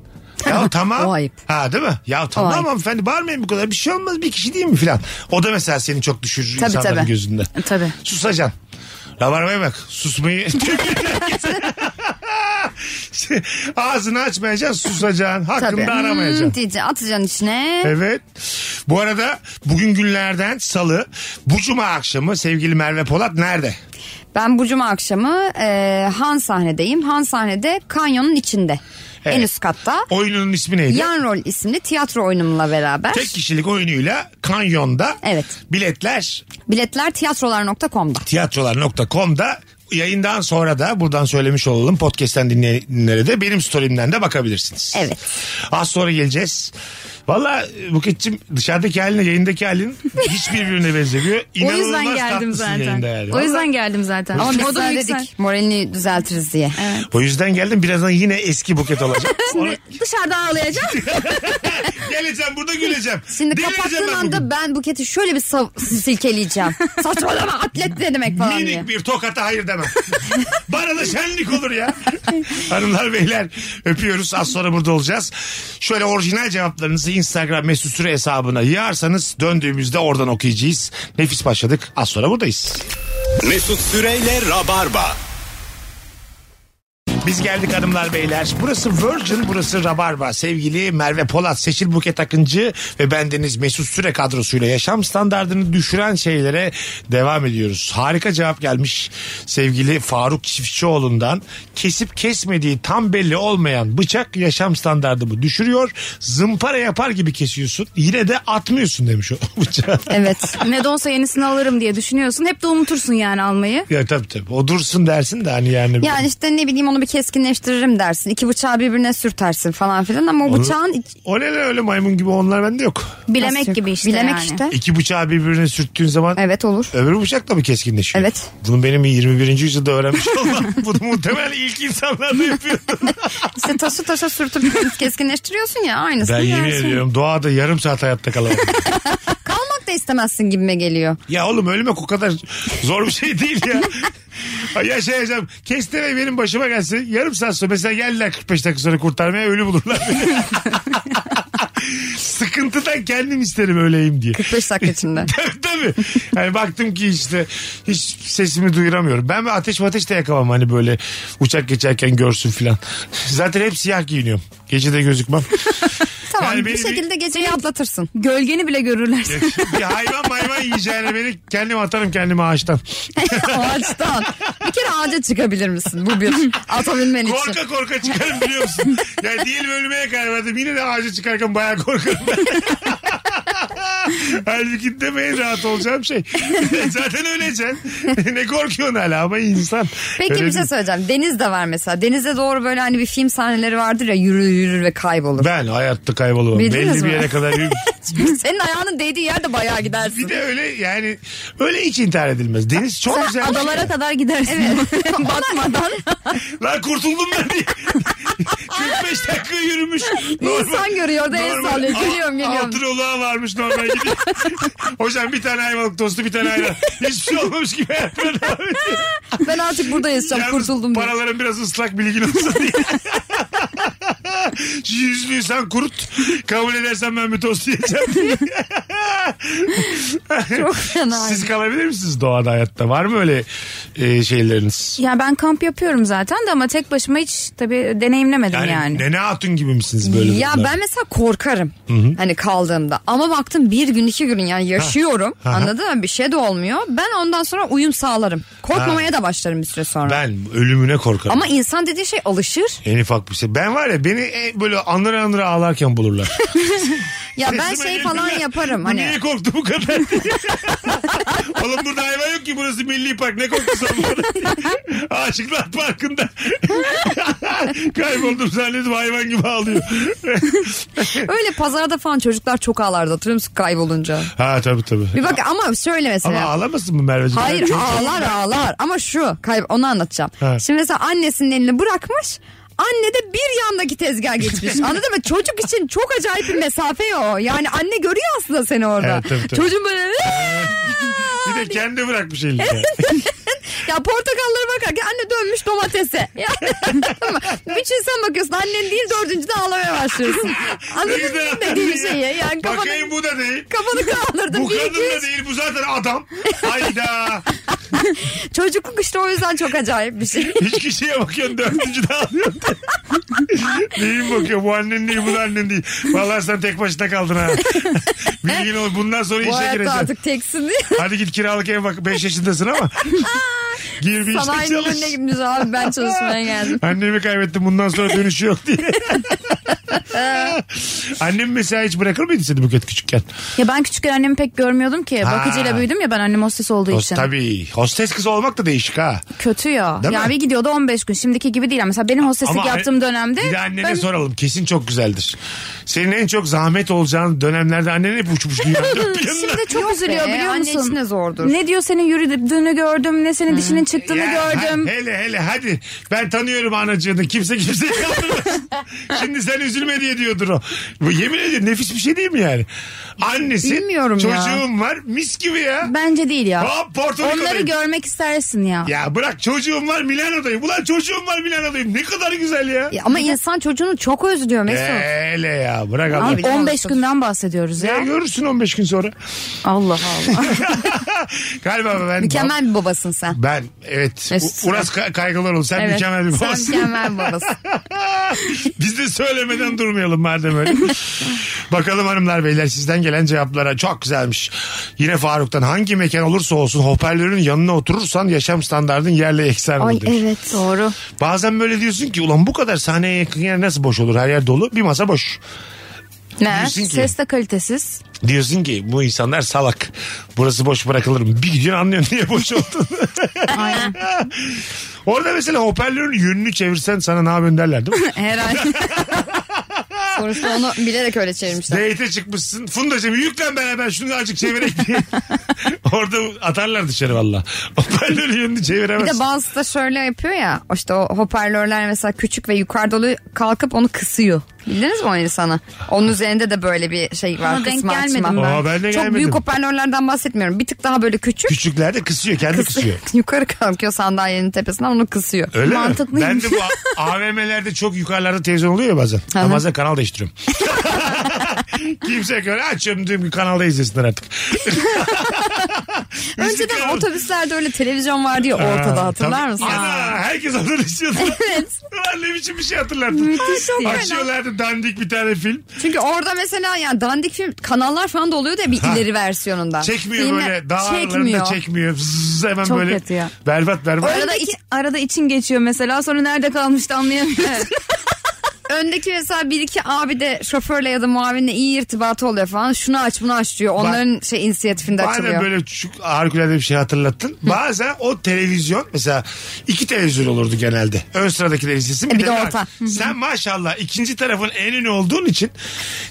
B: Ya tamam.
C: O ayıp.
B: Ha değil mi? Ya tamam
C: ayıp.
B: hanımefendi bağırmayın bu kadar. Bir şey olmaz bir kişi değil mi filan. O da mesela seni çok düşürür
C: Tabii,
B: insanların
C: tabii.
B: gözünde.
D: Tabii.
B: Susacan. Rabarbaya bak. Susmayı... Ağzını açmayacaksın, susacaksın. Hakkında aramayacaksın.
C: Hmm, diyeceksin, atacaksın içine.
B: Evet. Bu arada bugün günlerden salı. Bu cuma akşamı sevgili Merve Polat nerede?
C: Ben bu cuma akşamı e, Han sahnedeyim. Han sahnede kanyonun içinde.
B: Evet.
C: En üst katta.
B: Oyunun ismi neydi?
C: Yan rol isimli tiyatro oyunumla beraber.
B: Tek kişilik oyunuyla Kanyon'da
C: Evet.
B: biletler
C: Biletler tiyatrolar.com'da.
B: tiyatrolar.com'da yayından sonra da buradan söylemiş olalım podcast'ten dinleyenlere de benim story'imden de bakabilirsiniz.
C: Evet.
B: Az sonra geleceğiz. Valla Buket'cim dışarıdaki haline yayındaki halin hiçbirbirbirine benzemiyor.
D: O
B: İnanılmaz
D: yüzden geldim
B: tatlısın yayında
D: zaten.
B: yani.
D: O yüzden geldim zaten.
C: Ama biz
D: Modum
C: sana
D: yüksel.
C: dedik moralini düzeltiriz diye.
B: O yüzden geldim birazdan yine eski Buket olacak. Ona-
D: Dışarıda ağlayacağım.
B: Geleceğim burada güleceğim.
C: Şimdi
B: Delireceğim
C: kapattığın
B: ben
C: anda
B: bugün.
C: ben buketi şöyle bir sav- silkeleyeceğim. Saçmalama atlet ne demek falan diye.
B: Minik bir tokata hayır demem. Bana da şenlik olur ya. Hanımlar beyler öpüyoruz. Az sonra burada olacağız. Şöyle orijinal cevaplarınızı Instagram mesut süre hesabına yığarsanız döndüğümüzde oradan okuyacağız. Nefis başladık. Az sonra buradayız.
A: Mesut Süreyle Rabarba.
B: Biz geldik hanımlar beyler. Burası Virgin, burası Rabarba. Sevgili Merve Polat, Seçil Buket Akıncı ve bendeniz Mesut Süre kadrosuyla yaşam standartını düşüren şeylere devam ediyoruz. Harika cevap gelmiş sevgili Faruk Çiftçioğlu'ndan. Kesip kesmediği tam belli olmayan bıçak yaşam standartımı düşürüyor. Zımpara yapar gibi kesiyorsun. Yine de atmıyorsun demiş o bıçağı.
C: Evet.
D: ne de olsa yenisini alırım diye düşünüyorsun. Hep de unutursun yani almayı.
B: ya tabii tabii. O dursun dersin de hani yani.
C: Yani işte ne bileyim onu bir keskinleştiririm dersin. İki bıçağı birbirine sürtersin falan filan ama o bıçağın iç-
B: O ne lan öyle maymun gibi onlar bende yok.
D: Bilemek
C: Nasıl yok?
D: gibi işte
C: Bilemek
D: yani.
C: işte.
B: İki bıçağı birbirine sürttüğün zaman
C: Evet olur.
B: Öbür bıçak da mı keskinleşiyor?
C: Evet.
B: Bunu benim 21. yüzyılda öğrenmiş olmam. Bunu muhtemelen ilk insanlar da yapıyor.
C: İşte taşı taşa sürtüp keskinleştiriyorsun ya aynısını
B: ben yemin
C: yersin.
B: ediyorum doğada yarım saat hayatta kalamam.
C: Kalmak da istemezsin gibime geliyor.
B: ya oğlum ölmek o kadar zor bir şey değil ya. Ay Yaşayacağım. Kestene benim başıma gelse yarım saat sonra mesela geldiler 45 dakika sonra kurtarmaya ölü bulurlar beni. Sıkıntıdan kendim isterim öleyim diye.
C: 45 dakika içinde.
B: tabii tabii. Yani baktım ki işte hiç sesimi duyuramıyorum. Ben bir ateş ateş de yakamam hani böyle uçak geçerken görsün filan. Zaten hep siyah giyiniyorum. Gece de gözükmem.
C: Tamam
B: Yani
C: bir
B: beni bir-
C: şekilde geceyi atlatırsın.
D: Gölgeni bile görürler.
B: bir hayvan hayvan yiyeceğine beni kendim atarım kendimi ağaçtan.
C: Ağaçtan. Bir kere ağaca çıkabilir misin? Bu bir. Atabilmen için.
B: Korka korka çıkarım biliyor musun? Yani değil ölmeye kaybettim. Yine de ağaca çıkarken bayağı korkarım. Halbuki de en rahat olacağım şey. Zaten öleceksin. ne korkuyorsun hala ama insan.
C: Peki
B: Öyle
C: bir şey
B: değil.
C: söyleyeceğim. Deniz de var mesela. Denize doğru böyle hani bir film sahneleri vardır ya yürür yürür ve kaybolur.
B: Ben hayatta kaybolamam.
C: Bildiniz
B: Belli bir
C: mi?
B: yere kadar yürü-
C: Senin ayağının değdiği yerde bayağı
B: bir
C: gidersin.
B: de öyle yani öyle hiç intihar edilmez. Deniz çok güzel. bir şey.
D: Adalara kadar gidersin.
C: Batmadan
B: Lan kurtuldum ben diye. 45 dakika yürümüş.
C: insan görüyor da el
B: normal.
C: sallıyor.
B: Al-
C: Gülüyorum geliyorum.
B: Altın olağa varmış normal gidiyor. Hocam bir tane ayvalık tostu bir tane ayran. Hiçbir şey olmamış gibi hayatına devam ediyor.
C: Ben artık burada yaşayacağım
B: Yalnız
C: kurtuldum diye.
B: paraların biraz ıslak bilgin olsun diye. Şu Yüzlüyü sen kurut. Kabul edersen ben bir tost yiyeceğim diye.
C: Çok fena.
B: Siz kalabilir misiniz doğada hayatta? Var mı öyle e, şeyleriniz?
D: Ya ben kamp yapıyorum zaten de ama tek başıma hiç tabii deneyimlemedim
B: Yani,
D: yani.
B: Nene Hatun gibi misiniz böyle?
C: Ya
B: durumlarda?
C: ben mesela korkarım hani kaldığımda ama baktım bir gün iki gün yani yaşıyorum
B: Ha. Ha.
C: anladın mı bir şey de olmuyor ben ondan sonra uyum sağlarım korkmamaya da başlarım bir süre sonra
B: Ben ölümüne korkarım.
C: ama insan dediği şey alışır
B: En ufak bir şey. Ben var ya beni e, böyle anır anır ağlarken bulurlar.
C: ya ben
B: Sesime
C: şey
B: gelmiyor.
C: falan yaparım
B: Bu
C: hani
B: Niye korktu bu kadar diye. Oğlum burada hayvan yok ki burası milli park. Ne korkusun burada? Aşıklar Parkı'nda. Kayboldum zannedip hayvan gibi ağlıyor.
C: öyle pazarda falan çocuklar çok ağlardı hatırlıyor musun kaybolunca
B: ha tabii tabii.
C: bir bak ama şöyle
B: Ama
C: mesela
B: ağlamasın mı Merveciğim?
C: Hayır
B: Ben çok-
C: ağlar ağlar ama şu kayb onu anlatacağım.
B: Ha.
C: Şimdi mesela annesinin elini bırakmış Anne de bir yandaki tezgah geçmiş. Anladın mı? Çocuk için çok acayip bir mesafe ya o. Yani anne görüyor aslında seni orada.
B: Evet, tabii, tabii.
C: Çocuğun böyle "Aa!"
B: Bir de kendi bırakmış elini.
C: Ya portakallara bakarken anne dönmüş domatese. Yani, tamam mı? Bütün sen bakıyorsun annen değil dördüncüde ağlamaya başlıyorsun. Anladın mı dediğim şeyi? şey Yani
B: Bakayım
C: kafanı,
B: bu da değil.
C: kafanı kaldırdın.
B: Bu
C: Bir,
B: kadın
C: iki,
B: da
C: üç.
B: değil bu zaten adam. Hayda.
C: Çocukluk işte o yüzden çok acayip bir şey.
B: Hiç kişiye bakıyorsun dördüncü de alıyorsun. Neyin bakıyor bu annen değil bu da annen değil. Vallahi sen tek başına kaldın ha. Bilgin ol bundan sonra
C: Bu
B: işe
C: hayatta
B: gireceksin.
C: artık teksin diye.
B: Hadi git kiralık ev bak 5 yaşındasın ama. Gir bir işte
C: Sanayinin
B: çalış.
C: önüne gitmiş abi ben çalışmaya geldim.
B: Annemi kaybettim bundan sonra dönüşü yok diye. Annem mesela hiç bırakır mıydı seni Buket küçükken?
D: Ya ben küçükken annemi pek görmüyordum ki.
B: Ha.
D: Bakıcıyla büyüdüm ya ben annem hostes olduğu
B: Host,
D: için.
B: tabii. Hostes kız olmak da değişik ha.
D: Kötü ya.
B: Değil
D: ya
B: mi?
D: bir gidiyordu 15 gün. Şimdiki gibi değil. Mesela benim hosteslik yaptığım dönemde
B: e, Bir de annene
D: ben
B: soralım. Kesin çok güzeldir. Senin en çok zahmet olacağın dönemlerde annen hep uçmuş dünyanın dört bir yanına.
D: Şimdi çok üzülüyor
C: be,
D: biliyor
C: anne
D: musun?
C: için de zordur.
D: Ne diyor senin yürüdüğünü gördüm, ne senin dişinin çıktığını
B: Hmm. Ya,
D: gördüm.
B: ha- hele hele hadi. Ben tanıyorum anacığını. Kimse kimseye kaldırmaz. Şimdi sen üzülme diye diyordur o. Bu yemin ediyorum nefis bir şey değil mi yani? Annesi
C: Bilmiyorum
B: çocuğum
C: ya.
B: var mis gibi ya.
D: Bence değil ya.
B: Hop, Porto
D: Onları
B: Rico'dayım.
D: görmek istersin ya.
B: Ya bırak çocuğum var Milano'dayım. Ulan çocuğum var Milano'dayım. Ne kadar güzel ya.
C: Ya ama insan çocuğunu çok özlüyor Mesut.
B: Hele ya bırak
D: Ama
B: Allah.
C: Abi,
D: 15 günden bahsediyoruz
B: Ya
D: ya.
B: görürsün 15 gün sonra.
D: Allah Allah.
B: Galiba ben
C: Mükemmel bir babasın sen.
B: Ben evet.
C: Mesut.
B: U- Uras Ka- kaygılar ol. Sen mükemmel bir
C: sen
B: babasın.
C: mükemmel bir babasın.
B: Biz de söylemeden durmayalım madem öyle. Bakalım hanımlar beyler sizden gelen cevaplara çok güzelmiş. Yine Faruk'tan hangi mekan olursa olsun hoparlörün yanına oturursan yaşam standardın yerle eksen olur
D: Ay
B: demiş.
D: evet doğru.
B: Bazen böyle diyorsun ki ulan bu kadar sahneye yakın yer nasıl boş olur her yer dolu bir masa boş.
D: Ne?
B: Diyorsun ki-
D: Ses de kalitesiz.
B: Diyorsun ki bu insanlar salak. Burası boş bırakılır mı? Bir gidiyorsun anlıyorsun niye boş olduğunu.
D: Aynen.
B: Orada mesela hoparlörün yönünü çevirsen sana ne yapıyorsun derler değil mi?
C: Herhalde. Sonuçta onu bilerek öyle çevirmişler.
B: Date'e çıkmışsın. Fundacığım yüklen beraber şunu azıcık çevirek diye. Orada atarlar dışarı valla. Hoparlörün yönünü
C: Bir de
B: çeviremezsin.
C: bazısı da şöyle yapıyor ya işte o hoparlörler mesela küçük ve yukarıda oluyor kalkıp onu kısıyor. Bildiniz mi o insanı? Onun üzerinde de böyle bir şey var
D: Ona denk
C: kısma
D: gelmedim
C: açma.
D: ben.
B: Aa, ben de
C: Çok
B: gelmedim.
C: büyük hoparlörlerden bahsetmiyorum. Bir tık daha böyle küçük.
B: Küçükler de kısıyor kendi kısıyor.
C: Yukarı kalkıyor sandalyenin tepesinden onu kısıyor.
B: Öyle mi? Ben
D: Mantıklıymış.
B: de bu A- AVM'lerde çok yukarılarda televizyon oluyor ya bazen. Ben bazen kanal değiştiriyorum. Kimse göre açıyorum diyorum ki kanalda izlesinler artık.
C: Önceden
B: kanal.
C: otobüslerde öyle televizyon vardı ya ortada hatırlar
B: Tabii.
C: mısın?
B: Ana herkes onu istiyordu.
C: Evet.
B: Ulan ne biçim bir şey hatırlattın.
C: Çok fena.
B: Açıyorlardı dandik bir tane film.
C: Çünkü orada mesela yani dandik film kanallar falan da oluyor da bir
B: Ha.
C: ileri versiyonunda.
B: Çekmiyor
C: Filmler-
B: böyle. Dağ aralarında
C: çekmiyor.
B: çekmiyor. Zzz, hemen
D: Çok
B: böyle.
D: kötü ya.
B: Berbat berbat.
D: Arada, iç- arada için geçiyor mesela sonra nerede kalmıştı anlayamıyorum.
C: Öndeki mesela bir iki abi de şoförle ya da muavinle iyi irtibatı oluyor falan. Şunu aç bunu aç diyor. Onların şey inisiyatifinde
B: Bazen
C: açılıyor.
B: böyle şu harikulade bir şey hatırlattın. Bazen o televizyon mesela iki televizyon olurdu genelde. Ön sıradakiler izlesin.
C: E, bir de
B: ar-
C: orta.
B: Sen maşallah ikinci tarafın en ünlü olduğun için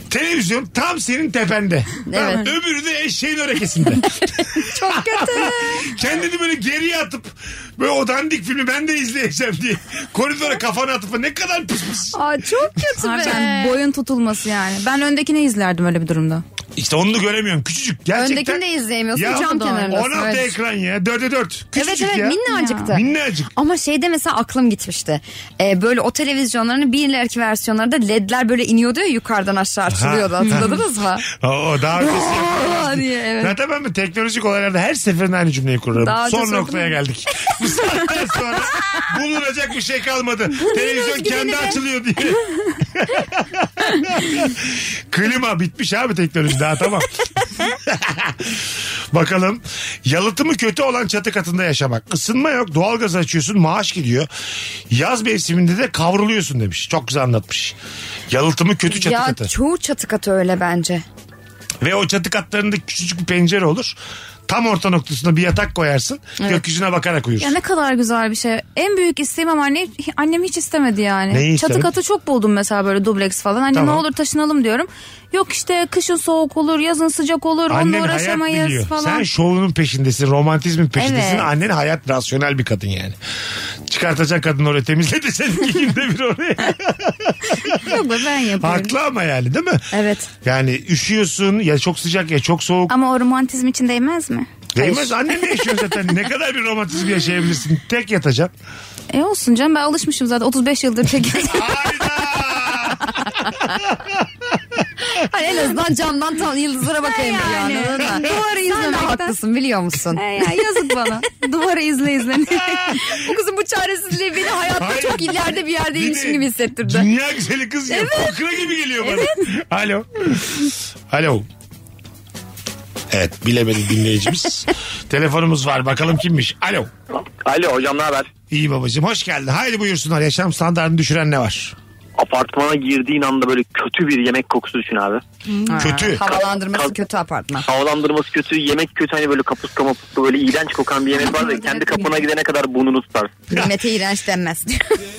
B: televizyon tam senin tepende. Tamam mı? Öbürü de eşeğin örekesinde.
C: Çok kötü.
B: Kendini böyle geriye atıp böyle o dandik filmi ben de izleyeceğim diye koridora kafanı atıp ne kadar pis pis.
C: Aa, çok kötü
D: Harbiden
C: be.
D: boyun tutulması yani. Ben öndekini izlerdim öyle bir durumda.
B: İşte onu da göremiyorum. Küçücük gerçekten.
C: Öndekini de izleyemiyorsun.
B: Ya,
C: cam
D: doğru.
C: kenarındasın.
B: 16
C: Evet.
B: ekran ya. 4'e 4.
C: Evet
B: Küçücük
C: evet
B: ya.
C: minnacıktı.
B: Minnacık.
C: Ama şeyde mesela aklım gitmişti. Ee, böyle o televizyonların bir ileriki versiyonlarında ledler böyle iniyordu ya yukarıdan aşağı açılıyordu hatırladınız mı?
B: O, o daha ötesi.
C: Aa diye evet.
B: Zaten ben mi teknolojik olaylarda her seferinde aynı cümleyi kurarım.
C: Daha
B: Son
C: ötesi
B: noktaya geldik. Bu saatten sonra bulunacak bir şey kalmadı. Televizyon
C: özgüveni
B: kendi
C: be.
B: açılıyor diye. Klima bitmiş abi teknoloji daha tamam. Bakalım. Yalıtımı kötü olan çatı katında yaşamak. Isınma yok. Doğalgaz açıyorsun. Maaş gidiyor. Yaz mevsiminde de kavruluyorsun demiş. Çok güzel anlatmış. Yalıtımı kötü çatı
C: ya
B: katı.
C: çoğu çatı katı öyle bence.
B: Ve o çatı katlarında küçücük bir pencere olur. Tam orta noktasına bir yatak koyarsın. Gökyüzüne bakarak
D: Ya
B: uyursun.
D: ne kadar güzel bir şey. En büyük isteğim ama anne, annem hiç istemedi yani.
B: Neyi
D: Çatı
B: istedin?
D: katı çok buldum mesela böyle dubleks falan. Anne
B: Tamam.
D: ne olur taşınalım diyorum. Yok işte kışın soğuk olur, yazın sıcak olur.
B: Annen
D: onunla
B: hayat biliyor.
D: uğraşamayız
B: Sen
D: falan.
B: şovunun peşindesin, romantizmin peşindesin.
C: Evet.
B: Annen hayat rasyonel bir kadın yani. Çıkartacak kadın oraya temizledi seninki günde bir oraya.
D: Yok be ben yapıyorum.
B: Haklı ama yani değil mi?
C: Evet.
B: Yani üşüyorsun ya çok sıcak ya çok soğuk.
D: Ama o romantizm için değmez mi?
B: Değmez annenle yaşıyorsun zaten. ne kadar bir romantizm yaşayabilirsin. Tek yatacaksın.
D: E olsun canım ben alışmışım zaten 35 yıldır tek
B: Hayda.
C: Hani en azından camdan tam yıldızlara bakayım yani.
D: Yani. Duvarı
C: Sen de
D: izlemekten.
C: haklısın biliyor musun?
D: E ya, yazık bana. Duvara izle izle.
C: Bu kızın bu çaresizliği beni hayatta
B: Hayır.
C: çok ileride bir yerdeymişim
B: Bir de
C: gibi hissettirdi.
B: Dünya güzeli kız ya. Fıkra gibi geliyor bana. Alo. Alo. Evet bilemedi dinleyicimiz. Telefonumuz var bakalım kimmiş. Alo.
E: Alo hocam ne haber?
B: İyi babacığım hoş geldin. Haydi buyursunlar yaşam standartını düşüren ne var?
E: Apartmana girdiğin anda böyle kötü bir yemek kokusu düşün abi.
B: Kötü.
C: Havalandırması
E: Kal-
C: kötü apartman.
E: Havalandırması kötü, yemek kötü hani böyle kapuska mapuska böyle iğrenç kokan bir yemek var ya kendi kapına gidene kadar burnunu tutar.
C: Nimete iğrenç denmez.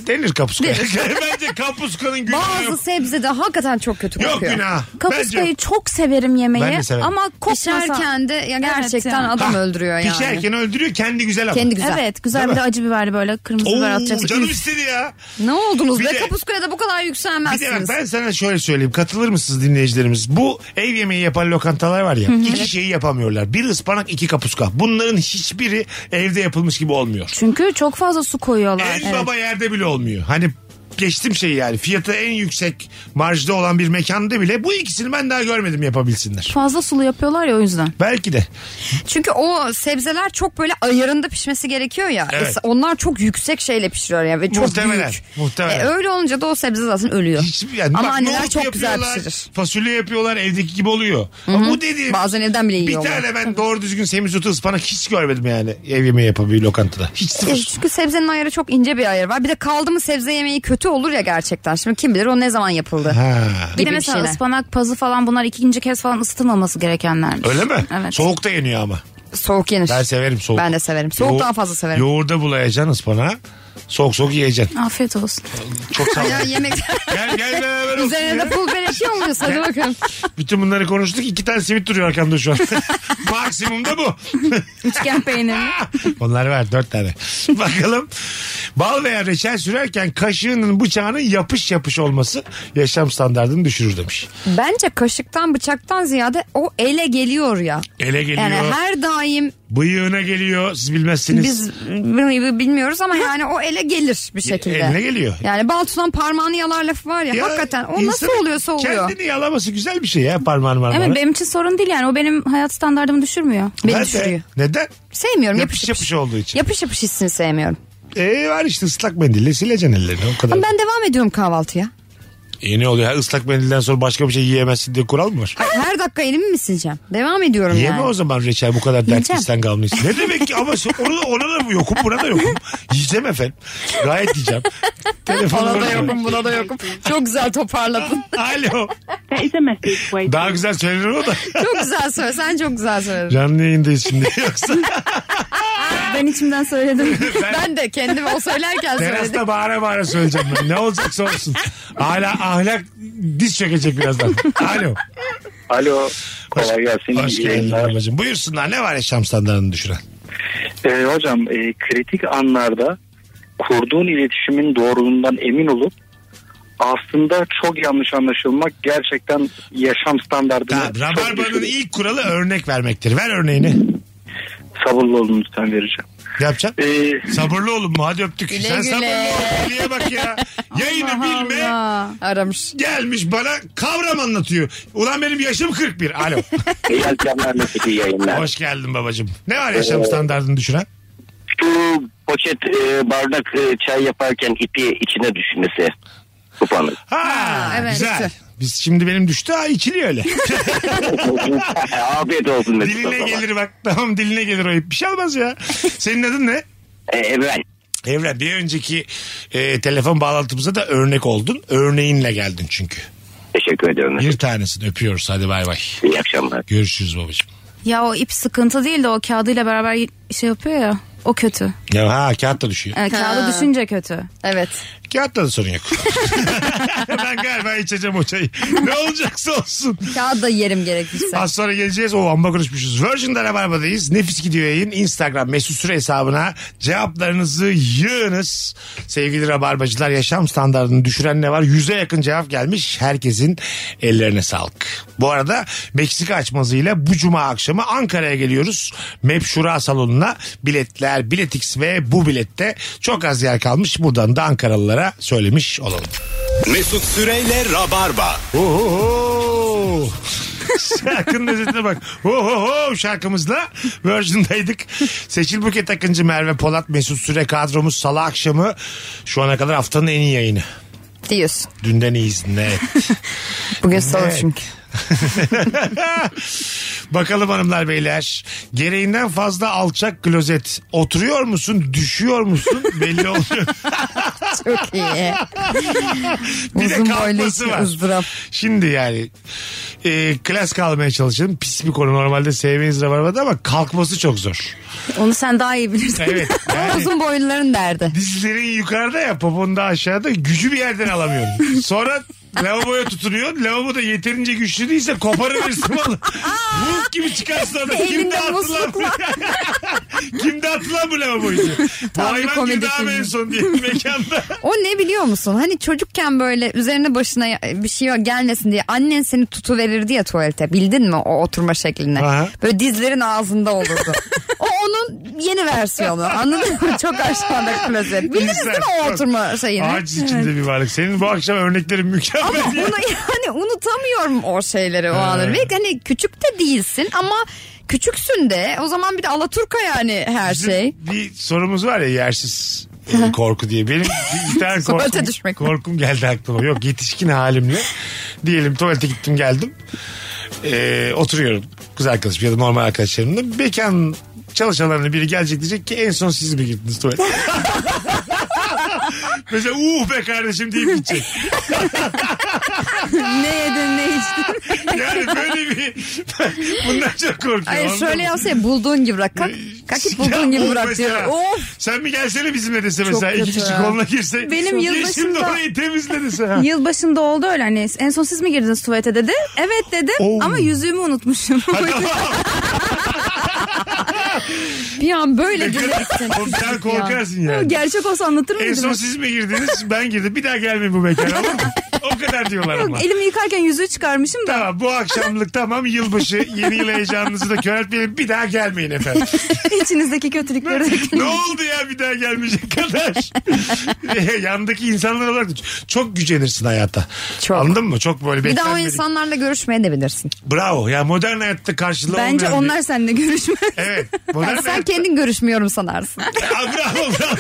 B: Denir kapuska. Bence kapuskanın günahı
C: Bazı
B: yok.
C: sebze de hakikaten çok kötü
B: Yok
C: kokuyor.
B: günah. Bence
D: Kapuskayı
B: yok.
D: çok severim yemeği.
B: Ben de severim.
D: Ama kokmasa.
C: Pişerken de ya gerçekten
D: yani.
C: adam
B: Ha,
C: öldürüyor yani.
B: Pişerken öldürüyor kendi güzel ama.
C: Kendi güzel.
D: Evet güzel bir de acı biberli böyle kırmızı biber
B: Oo,
D: atacaksın.
B: canım
D: Üf.
B: istedi ya.
C: Ne oldunuz
B: Bir
C: be
B: de-
C: kapuskaya da bu kadar
B: Bir de bak
C: yükselmezsiniz.
B: ben sana şöyle söyleyeyim. Katılır mısınız dinleyicilerimiz? Bu ev yemeği yapan lokantalar var ya. iki şeyi yapamıyorlar. Bir ıspanak iki kapuska. Bunların hiçbiri evde yapılmış gibi olmuyor.
D: Çünkü çok fazla su koyuyorlar.
B: En
D: Evet.
B: baba yerde bile olmuyor. Hani geçtim şeyi yani. Fiyatı en yüksek marjda olan bir mekanda bile bu ikisini ben daha görmedim yapabilsinler.
D: Fazla sulu yapıyorlar ya o yüzden.
B: Belki de.
C: Çünkü o sebzeler çok böyle ayarında pişmesi gerekiyor ya.
B: Evet.
C: Es- Onlar çok yüksek şeyle pişiriyor ya ve çok
B: Muhtemelen,
C: büyük.
B: muhtemelen.
C: E, öyle olunca da o sebze zaten ölüyor.
B: Hiç, yani
C: Ama
B: bak,
C: anneler
B: nohut
C: çok güzel
B: yapıyorlar,
C: pişirir.
B: Fasulye yapıyorlar evdeki gibi oluyor. Ama bu dediğim
C: Bazen evden bile
B: bir
C: yiyorlar.
B: tane ben doğru düzgün semizotu ıspanak hiç görmedim yani ev yemeği yapan bir lokantada. Hiç
C: E,
B: sıfır.
C: Çünkü sebzenin ayarı çok ince bir ayarı var. Bir de kaldı mı sebze yemeği kötü olur ya gerçekten. Şimdi kim bilir o ne zaman yapıldı.
B: Ha.
D: Bir
C: Gibi bir
D: de
C: şey
D: mesela
C: şeyler.
D: ıspanak, pazı falan bunlar ikinci kez falan ısıtılmaması gerekenler.
B: Öyle mi?
D: Evet.
B: Soğukta yeniyor ama.
C: Soğuk yenir.
B: Ben severim soğuk.
C: Ben de severim. Soğuk
B: Yoğur-
C: daha fazla severim.
B: Yoğurda bulayacaksın ıspanağı. Soğuk soğuk yiyeceksin.
D: Afiyet olsun.
B: Çok sağ ol.
C: Ya yemek
B: gel gel beraber olsun
C: üzerine de
B: ya.
C: pul beleşi olmuyorsa hadi bakalım.
B: Bütün bunları konuştuk. İki tane simit duruyor arkamda şu an. Maksimum da bu.
D: Üçgen peynirli.
B: Onlar var dört tane. Bakalım. Bal veya reçel sürerken kaşığının bıçağının yapış yapış olması yaşam standartını düşürür demiş.
C: Bence kaşıktan bıçaktan ziyade o ele geliyor ya.
B: Ele geliyor,
C: Yani her daim
B: bıyığına geliyor. Siz bilmezsiniz.
C: biz bunu bilmiyoruz ama yani o ele gelir bir şekilde.
B: Eline geliyor.
C: Yani bal tutan parmağını yalar lafı var ya,
B: Ya
C: hakikaten o nasıl
B: insanın
C: oluyorsa oluyor.
B: Kendini yalaması güzel bir şey ya parmağın var.
D: Evet benim için sorun değil yani o benim hayat standartımı düşürmüyor.
C: Beni düşürüyor.
B: Neden?
C: Sevmiyorum
B: Yapış
C: yapış yapış.
B: yapış olduğu için.
C: Yapış yapış hissini sevmiyorum.
B: Ee, var işte ıslak mendille sileceksin ellerini o kadar.
C: Ama ben devam ediyorum kahvaltıya.
B: E, ne oluyor? Ha, ıslak mendilden sonra başka bir şey yiyemezsin diye kural mı var?
C: Ay, Her dakika elimi mi sileceğim? Devam ediyorum
B: Yeme
C: yani.
B: o zaman reçel bu kadar dert
D: Yiyeceğim.
B: isten kalmışsın. Ne demek ki ama so- ona, ona da mı yokum buna da yokum. Yiyeceğim efendim. Gayet yiyeceğim. Telefonum
C: Ona da yokum buna da yokum. Çok güzel toparladın.
B: Alo.
F: That is a message waiting.
B: Daha güzel söylenir o da.
C: çok güzel söyle. Sen çok güzel söyledin.
B: Canlı yayındayız şimdi yoksa.
D: Ben içimden söyledim.
C: Ben de kendim o söylerken söyledim.
B: Terasta bağıra bağıra söyleyeceğim ben. Ne olacaksa olsun. Hala ahlak diz çökecek birazdan. Alo.
E: Alo kolay gelsin.
B: Hoş
E: iyi
B: geldin
E: yayınlar.
B: babacığım. Buyursunlar ne var yaşam standartını düşüren?
E: Ee, hocam e, kritik anlarda kurduğun iletişimin doğruluğundan emin olup aslında çok yanlış anlaşılmak gerçekten yaşam standartını
B: Tamam,
E: çok
B: Rabarba'nın
E: düşürür.
B: ilk kuralı örnek vermektir. Ver örneğini.
E: Sabırlı olun lütfen vereceğim.
B: Ne yapacaksın?
E: Ee,
B: Sabırlı olun mu? Hadi öptük.
C: Güle
B: Sen
C: güle.
B: sabırlı ol. Niye bak ya? Yayını bilme.
C: Aramış.
B: Gelmiş bana kavram anlatıyor. Ulan benim yaşım 41. Alo.
E: iyi akşamlar nasıl iyi yayınlar.
B: Hoş geldin babacığım. Ne var
E: Ee,
B: yaşam standartını düşüren?
E: Şu poşet e, bardak e, çay yaparken ipi içine düşmesi. Kupanın.
B: Ha,
C: evet.
B: güzel. Biz şimdi benim düştü ha içiliyor öyle.
E: Afiyet olsun Mesut o
B: diline
E: zaman.
B: gelir bak. Tamam diline gelir o ip. Bir şey olmaz ya. Senin adın ne?
E: Ee, evet.
B: Evren bir önceki e, telefon bağlantımıza da örnek oldun. Örneğinle geldin çünkü.
E: Teşekkür ediyorum. Mesut.
B: Bir tanesini öpüyoruz. Hadi bay bay.
E: İyi akşamlar.
B: Görüşürüz babacığım.
D: ya o ip sıkıntı değil de o kağıdıyla beraber şey yapıyor ya. O kötü.
B: Ya ha kağıt da düşüyor.
D: Ee, kağıda düşünce kötü.
C: Evet.
B: Kağıtta da sorun yok. ben galiba içeceğim o çayı. Ne olacaksa olsun.
C: Kağıt da yerim gerekirse.
B: Az sonra geleceğiz. O amba konuşmuşuz. Virgin'de Rabarba'dayız. Nefis gidiyor yayın. Instagram mesut süre hesabına cevaplarınızı yığınız. Sevgili Rabarbacılar yaşam standartını düşüren ne var? Yüze yakın cevap gelmiş. Herkesin ellerine sağlık. Bu arada Meksika açmazıyla bu cuma akşamı Ankara'ya geliyoruz. MEP Şura Salonu'na biletler, biletix ve bu bilette çok az yer kalmış. Buradan da Ankaralılara söylemiş olalım.
A: Mesut Süreyle Rabarba.
B: Oho. Şarkının özetine bak. Oho şarkımızla Virgin'daydık. Seçil Buket Akıncı, Merve Polat, Mesut Süre kadromuz salı akşamı şu ana kadar haftanın en iyi yayını.
C: Diyorsun.
B: Dünden iyiyiz. Evet.
C: Bugün salı
B: Evet.
C: çünkü.
B: Bakalım hanımlar beyler. Gereğinden fazla alçak klozet. Oturuyor musun? Düşüyor musun? Belli olmuyor.
C: Çok iyi.
B: Bir de
C: Uzun boylu
B: kalkması
C: için
B: var.
C: ızdırap.
B: Şimdi yani e, klas kalmaya çalışalım. Pis bir konu normalde sevmeyiz rabarbada ama kalkması çok zor.
D: Onu sen daha iyi bilirsin.
B: Evet. Yani...
C: Uzun boyluların derdi.
B: Dizlerin yukarıda ya popon da aşağıda gücü bir yerden alamıyorum. Sonra lavaboya tutunuyor. Lavabo da yeterince güçlü değilse koparırsın malı. Vuk gibi çıkarsın orada. Kim
C: Elinde
B: dağıtılan bu? Kim dağıtılan bu lavaboyu? Bu
C: bir
B: hayvan
C: komedi
B: gibi daha
C: filmi.
B: en son diye mekanda.
C: O ne biliyor musun? Hani çocukken böyle üzerine başına ya- bir şey gelmesin diye annen seni tutuverirdi ya tuvalete. Bildin mi o oturma şeklini?
B: Aha.
C: Böyle dizlerin ağzında olurdu. o onun yeni versiyonu. Anladın mı? Çok aşağıda klozet. Bildiniz değil mi o
B: Çok-
C: oturma şeyini?
B: Aciz içinde bir varlık. Senin bu akşam örneklerin mükemmel.
C: Ama bunu yani unutamıyorum o şeyleri o anları. Ve hani küçük de değilsin ama küçüksün de. O zaman bir de Alaturka yani her
B: Bizim
C: şey.
B: Bir sorumuz var ya yersiz e, korku diye. Benim bir- bir tane
C: Tuvalete
B: korkum,
C: düşmek mi?
B: korkum geldi aklıma. Yok yetişkin halimle. Diyelim tuvalete gittim geldim. E, oturuyorum kız arkadaşım ya da normal arkadaşlarımla. Mekan çalışanlarının biri gelecek diyecek ki en son siz mi gittiniz tuvalete? Mesela uh be kardeşim deyip gidecek.
C: Ne yedin ne içtin?
B: Yani böyle bir... Bundan çok korkuyorum.
C: Hayır
B: anladın
C: şöyle
B: mı?
C: yapsa ya, bulduğun gibi bırak. Kalk, kalk git bulduğun
B: Ya
C: gibi
B: o
C: bırak diyor.
B: mesela.
C: Of.
B: Sen mi gelsene bizimle dese mesela iki
C: kötü
B: kişi
C: ya.
B: koluna girse.
D: Benim
B: Çok-
D: yılbaşında-
B: Şimdi orayı temizle dese. ha.
D: Yılbaşında oldu öyle hani en son siz mi girdiniz tuvalete dedi. Evet dedim
B: Oo.
D: ama yüzüğümü unutmuşum.
C: Bir an böyle
B: Hakikaten.
C: dinlersin.
B: Oğlum Sen korkarsın yani.
D: Gerçek olsa anlatır
B: En
D: mıydım?
B: son siz mi girdiniz? Ben girdim. Bir daha gelmeyin bu mekana. olur mu? O kadar diyorlar ama.
D: Yok, elimi yıkarken yüzüğü çıkarmışım da.
B: Tamam bu akşamlık tamam yılbaşı yeni yıl heyecanınızı da köreltmeyelim bir daha gelmeyin efendim.
D: İçinizdeki kötülükleri de
B: ne oldu ya bir daha gelmeyecek kadar. Yandaki insanlar olarak da çok gücenirsin hayata.
C: Çok.
B: Anladın mı? Çok böyle
C: Bir daha o
B: beklenmedik.
C: insanlarla görüşmeye de bilirsin.
B: Bravo ya modern hayatta karşılığı
D: Bence
B: olmayan bir-
D: onlar seninle görüşmez.
B: Evet. Modern
C: Yani sen
B: hayatta-
C: kendin görüşmüyorum sanarsın.
B: Aa, bravo bravo.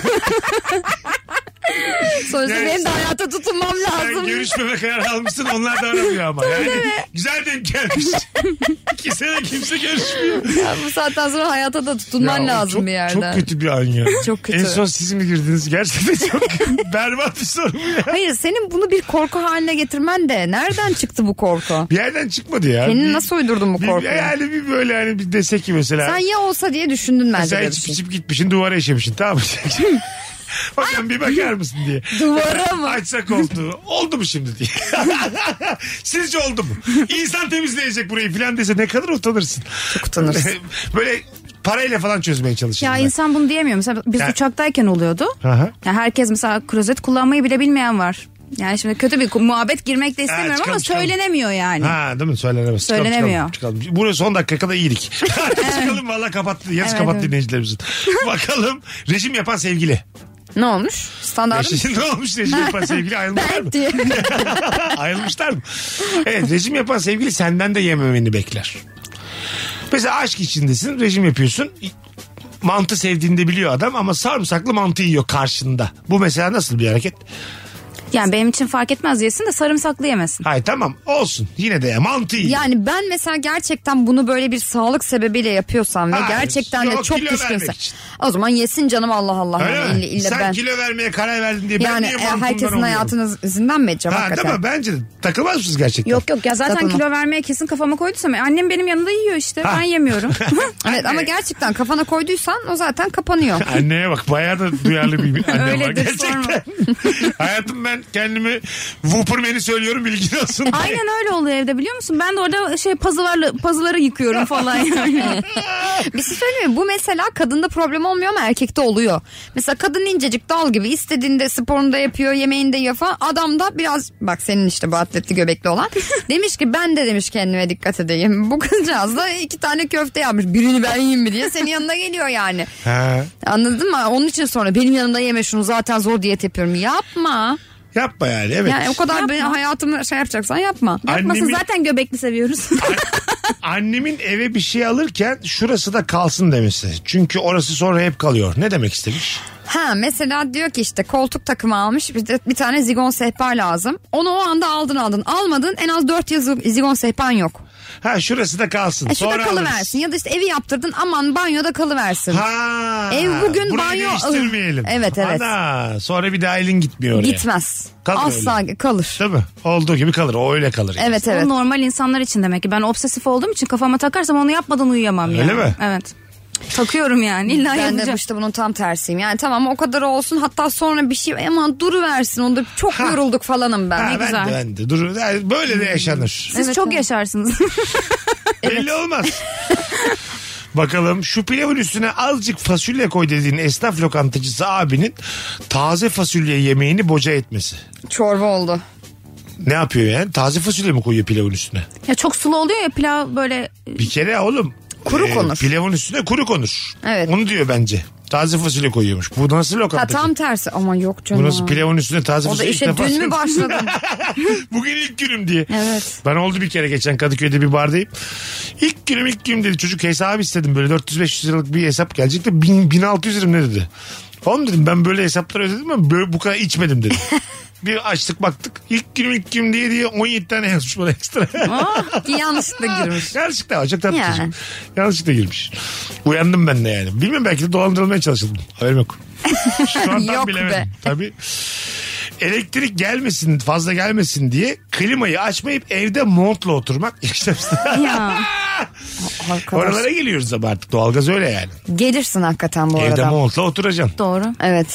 C: Sonuçta
B: Yani
C: benim de
B: sen-
C: hayata tutunmam
B: Sen
C: lazım.
B: görüşmeme kararı almışsın onlar da aramıyor ama. Yani güzel denk gelmiş. İki sene kimse görüşmüyor.
C: Ya bu saatten sonra hayata da tutunman
B: Ya,
C: lazım
B: çok,
C: bir yerden.
B: Çok kötü bir an ya.
C: Çok kötü.
B: En son siz mi girdiniz? Gerçekten çok berbat bir soru bu ya.
C: Hayır senin bunu bir korku haline getirmen de nereden çıktı bu korku?
B: Bir yerden çıkmadı ya.
C: Kendini
B: Bir-
C: nasıl uydurdun bu
B: bir-
C: korkuyu?
B: Yani bir böyle hani bir dese ki mesela.
C: Sen ya olsa diye düşündün bence
B: Sen
C: böyle bir
B: içip
C: şey.
B: içip gitmişsin duvara işemişsin tamam mı? Hocam bir bakar mısın diye.
C: Duvara mı?
B: Açsa koltuğu. Oldu mu şimdi diye. Sizce oldu mu? İnsan temizleyecek burayı filan dese ne kadar utanırsın. Çok
C: utanırsın.
B: Böyle parayla falan çözmeye çalışırım.
D: Ya
B: ben.
D: insan bunu diyemiyor. Mesela biz
B: Yani-
D: uçaktayken oluyordu.
B: Aha.
D: Ya herkes mesela klozet kullanmayı bile bilmeyen var. Yani şimdi kötü bir muhabbet girmek de istemiyorum
B: çıkalım,
D: ama
B: çıkalım.
D: söylenemiyor yani.
B: Ha değil mi? Söylenemez. Çıkalım,
D: Söylenemiyor.
B: Çıkalım, çıkalım. Burası son dakika kadar iyiydik. çıkalım valla kapattı. Yarısı
D: Evet,
B: kapattı
D: evet.
B: dinleyicilerimizin. Bakalım rejim yapan sevgili.
C: Ne olmuş? Standart
B: Rejim- ne olmuş rejim yapan sevgili ayrılmışlar mı?
C: Ben diye.
B: Ayrılmışlar mı? Evet rejim yapan sevgili senden de yememeni bekler. Mesela aşk içindesin rejim yapıyorsun. Mantı sevdiğini de biliyor adam ama sarımsaklı mantı yiyor karşında. Bu mesela nasıl bir hareket?
D: Yani benim için fark etmez yesin de sarımsaklı yemesin.
B: Hayır tamam olsun. Yine de mantı iyi.
C: Yani ben mesela gerçekten bunu böyle bir sağlık sebebiyle yapıyorsam ve
B: Hayır,
C: gerçekten de
B: yok,
C: çok
B: kilo vermek
C: kışkınsa.
B: için.
C: O zaman yesin canım Allah Allah.
B: Öyle
C: Yani
B: mi?
C: illa, illa
B: Sen
C: ben.
B: kilo vermeye karar verdin diye ben
C: Yani
B: niye
C: e,
B: mantımdan
C: herkesin
B: oluyorum?
C: hayatınız izinden mi edeceğim
B: Ha,
C: hakikaten?
B: değil mi? Bence de. Takılmaz mısınız gerçekten?
D: Yok yok ya zaten
C: Takılma.
D: kilo vermeye kesin kafama koyduysam e, annem benim yanında yiyor işte
B: Ha.
D: ben yemiyorum.
C: Evet ama gerçekten kafana koyduysan o zaten kapanıyor.
B: Anneye bak bayağı da duyarlı bir annem var
D: Öyledir,
B: gerçekten. Hayatım ben kendimi Whopperman'i söylüyorum bilgin olsun diye.
D: Aynen öyle oluyor evde biliyor musun? Ben de orada şey pazılarla pazıları yıkıyorum falan yani.
C: Bir şey söyleyeyim mi? Bu mesela kadında problem olmuyor ama erkekte oluyor. Mesela kadın incecik dal gibi istediğinde sporunu da yapıyor, yemeğini de yiyor falan. Adam da biraz bak senin işte bu atletli göbekli olan. demiş ki ben de demiş kendime dikkat edeyim. Bu kızcağız da iki tane köfte yapmış. Birini ben yiyeyim mi diye senin yanına geliyor yani.
B: Ha.
C: Anladın mı? Onun için sonra benim yanımda yeme şunu zaten zor diyet yapıyorum. Yapma.
B: Yapma yani evet.
C: Yani o kadar
D: Yapma.
C: benim hayatımı şey yapacaksan yapma.
D: Yapmasın
B: Annemin-
D: zaten göbekli seviyoruz.
B: Annemin eve bir şey alırken şurası da kalsın demesi. Çünkü orası sonra hep kalıyor. Ne demek istemiş?
C: Ha mesela diyor ki işte koltuk takımı almış bir, de bir tane zigon sehpa lazım. Onu o anda aldın aldın. Almadın en az 4 yıl zi- zigon sehpan yok.
B: Ha şurası da kalsın.
C: E şu da
B: sonra alırız.
C: kalıversin ya da işte evi yaptırdın aman banyoda kalıversin.
B: Ha.
C: Ev bugün
B: burayı
C: banyo-
B: değiştirmeyelim.
C: Evet, evet.
B: Ana, sonra bir daha elin gitmiyor oraya.
C: Gitmez.
B: Kalır
C: Asla kalır.
B: Değil mi? Olduğu gibi kalır. O öyle kalır. yani.
C: Evet evet.
D: O normal insanlar için demek ki. Ben obsesif olduğum için kafama takarsam onu yapmadan uyuyamam
B: Öyle
D: yani.
B: mi?
D: Evet. Takıyorum yani. İlla
C: Ben de
D: yapacağım.
C: işte bunun tam tersiyim. Yani tamam o kadar olsun hatta sonra bir şey aman duruversin onda çok
B: Ha.
C: yorulduk falanım ben.
B: Ha,
C: Ne
B: ben
C: güzel.
B: de ben de. Dur, yani böyle de yaşanır.
D: Siz
C: Evet,
D: çok
C: evet.
D: yaşarsınız.
B: Belli olmaz. Bakalım şu pilavın üstüne azıcık fasulye koy dediğin esnaf lokantacısı abinin taze fasulye yemeğini boca etmesi.
C: Çorba oldu.
B: Ne yapıyor yani? Taze fasulye mi koyuyor pilavın üstüne?
D: ya çok sulu oluyor ya pilav böyle
B: Bir kere oğlum. e,
C: Kuru konur.
B: Pilavın üstüne kuru konur.
C: Evet.
B: Onu diyor bence. Taze fasulye koyuyormuş. Bu nasıl
C: Ha,
B: lokantacı?
C: tam tersi ama yok canım.
B: Bu nasıl pilavın üstüne taze
C: O da
B: fasulye? ilk
C: işe
B: defa-
C: dün mü başladın?
B: Bugün ilk günüm diye.
C: Evet.
B: Ben oldu bir kere geçen Kadıköy'de bir bardayım. İlk günüm ilk günüm dedi. Çocuk hesabı istedim böyle 400-500 liralık bir hesap gelecek de 1000 1600 lira ne dedi. Oğlum dedim ben böyle hesapları ödedim ama böyle bu kadar içmedim dedim. bir açtık baktık. İlk günüm ilk günüm diye diye 17 tane yazmış bana ekstra.
C: Yanlışlıkla girmiş.
B: Yanlışlıkla çok tatlı
C: Ya.
B: çocuk. Yanlışlıkla girmiş. Uyandım ben de yani. Bilmiyorum belki de dolandırılmaya çalışıldım. Haberim yok. Şu an tam
C: Yok
B: bilemedim.
C: be.
B: Tabii. Elektrik gelmesin fazla gelmesin diye klimayı açmayıp evde montla oturmak işte
D: ya.
B: oralara geliyoruz ama artık doğalgaz öyle yani.
C: Gelirsin hakikaten bu
B: Evde
C: arada.
B: montla oturacaksın.
D: Doğru.
C: Evet.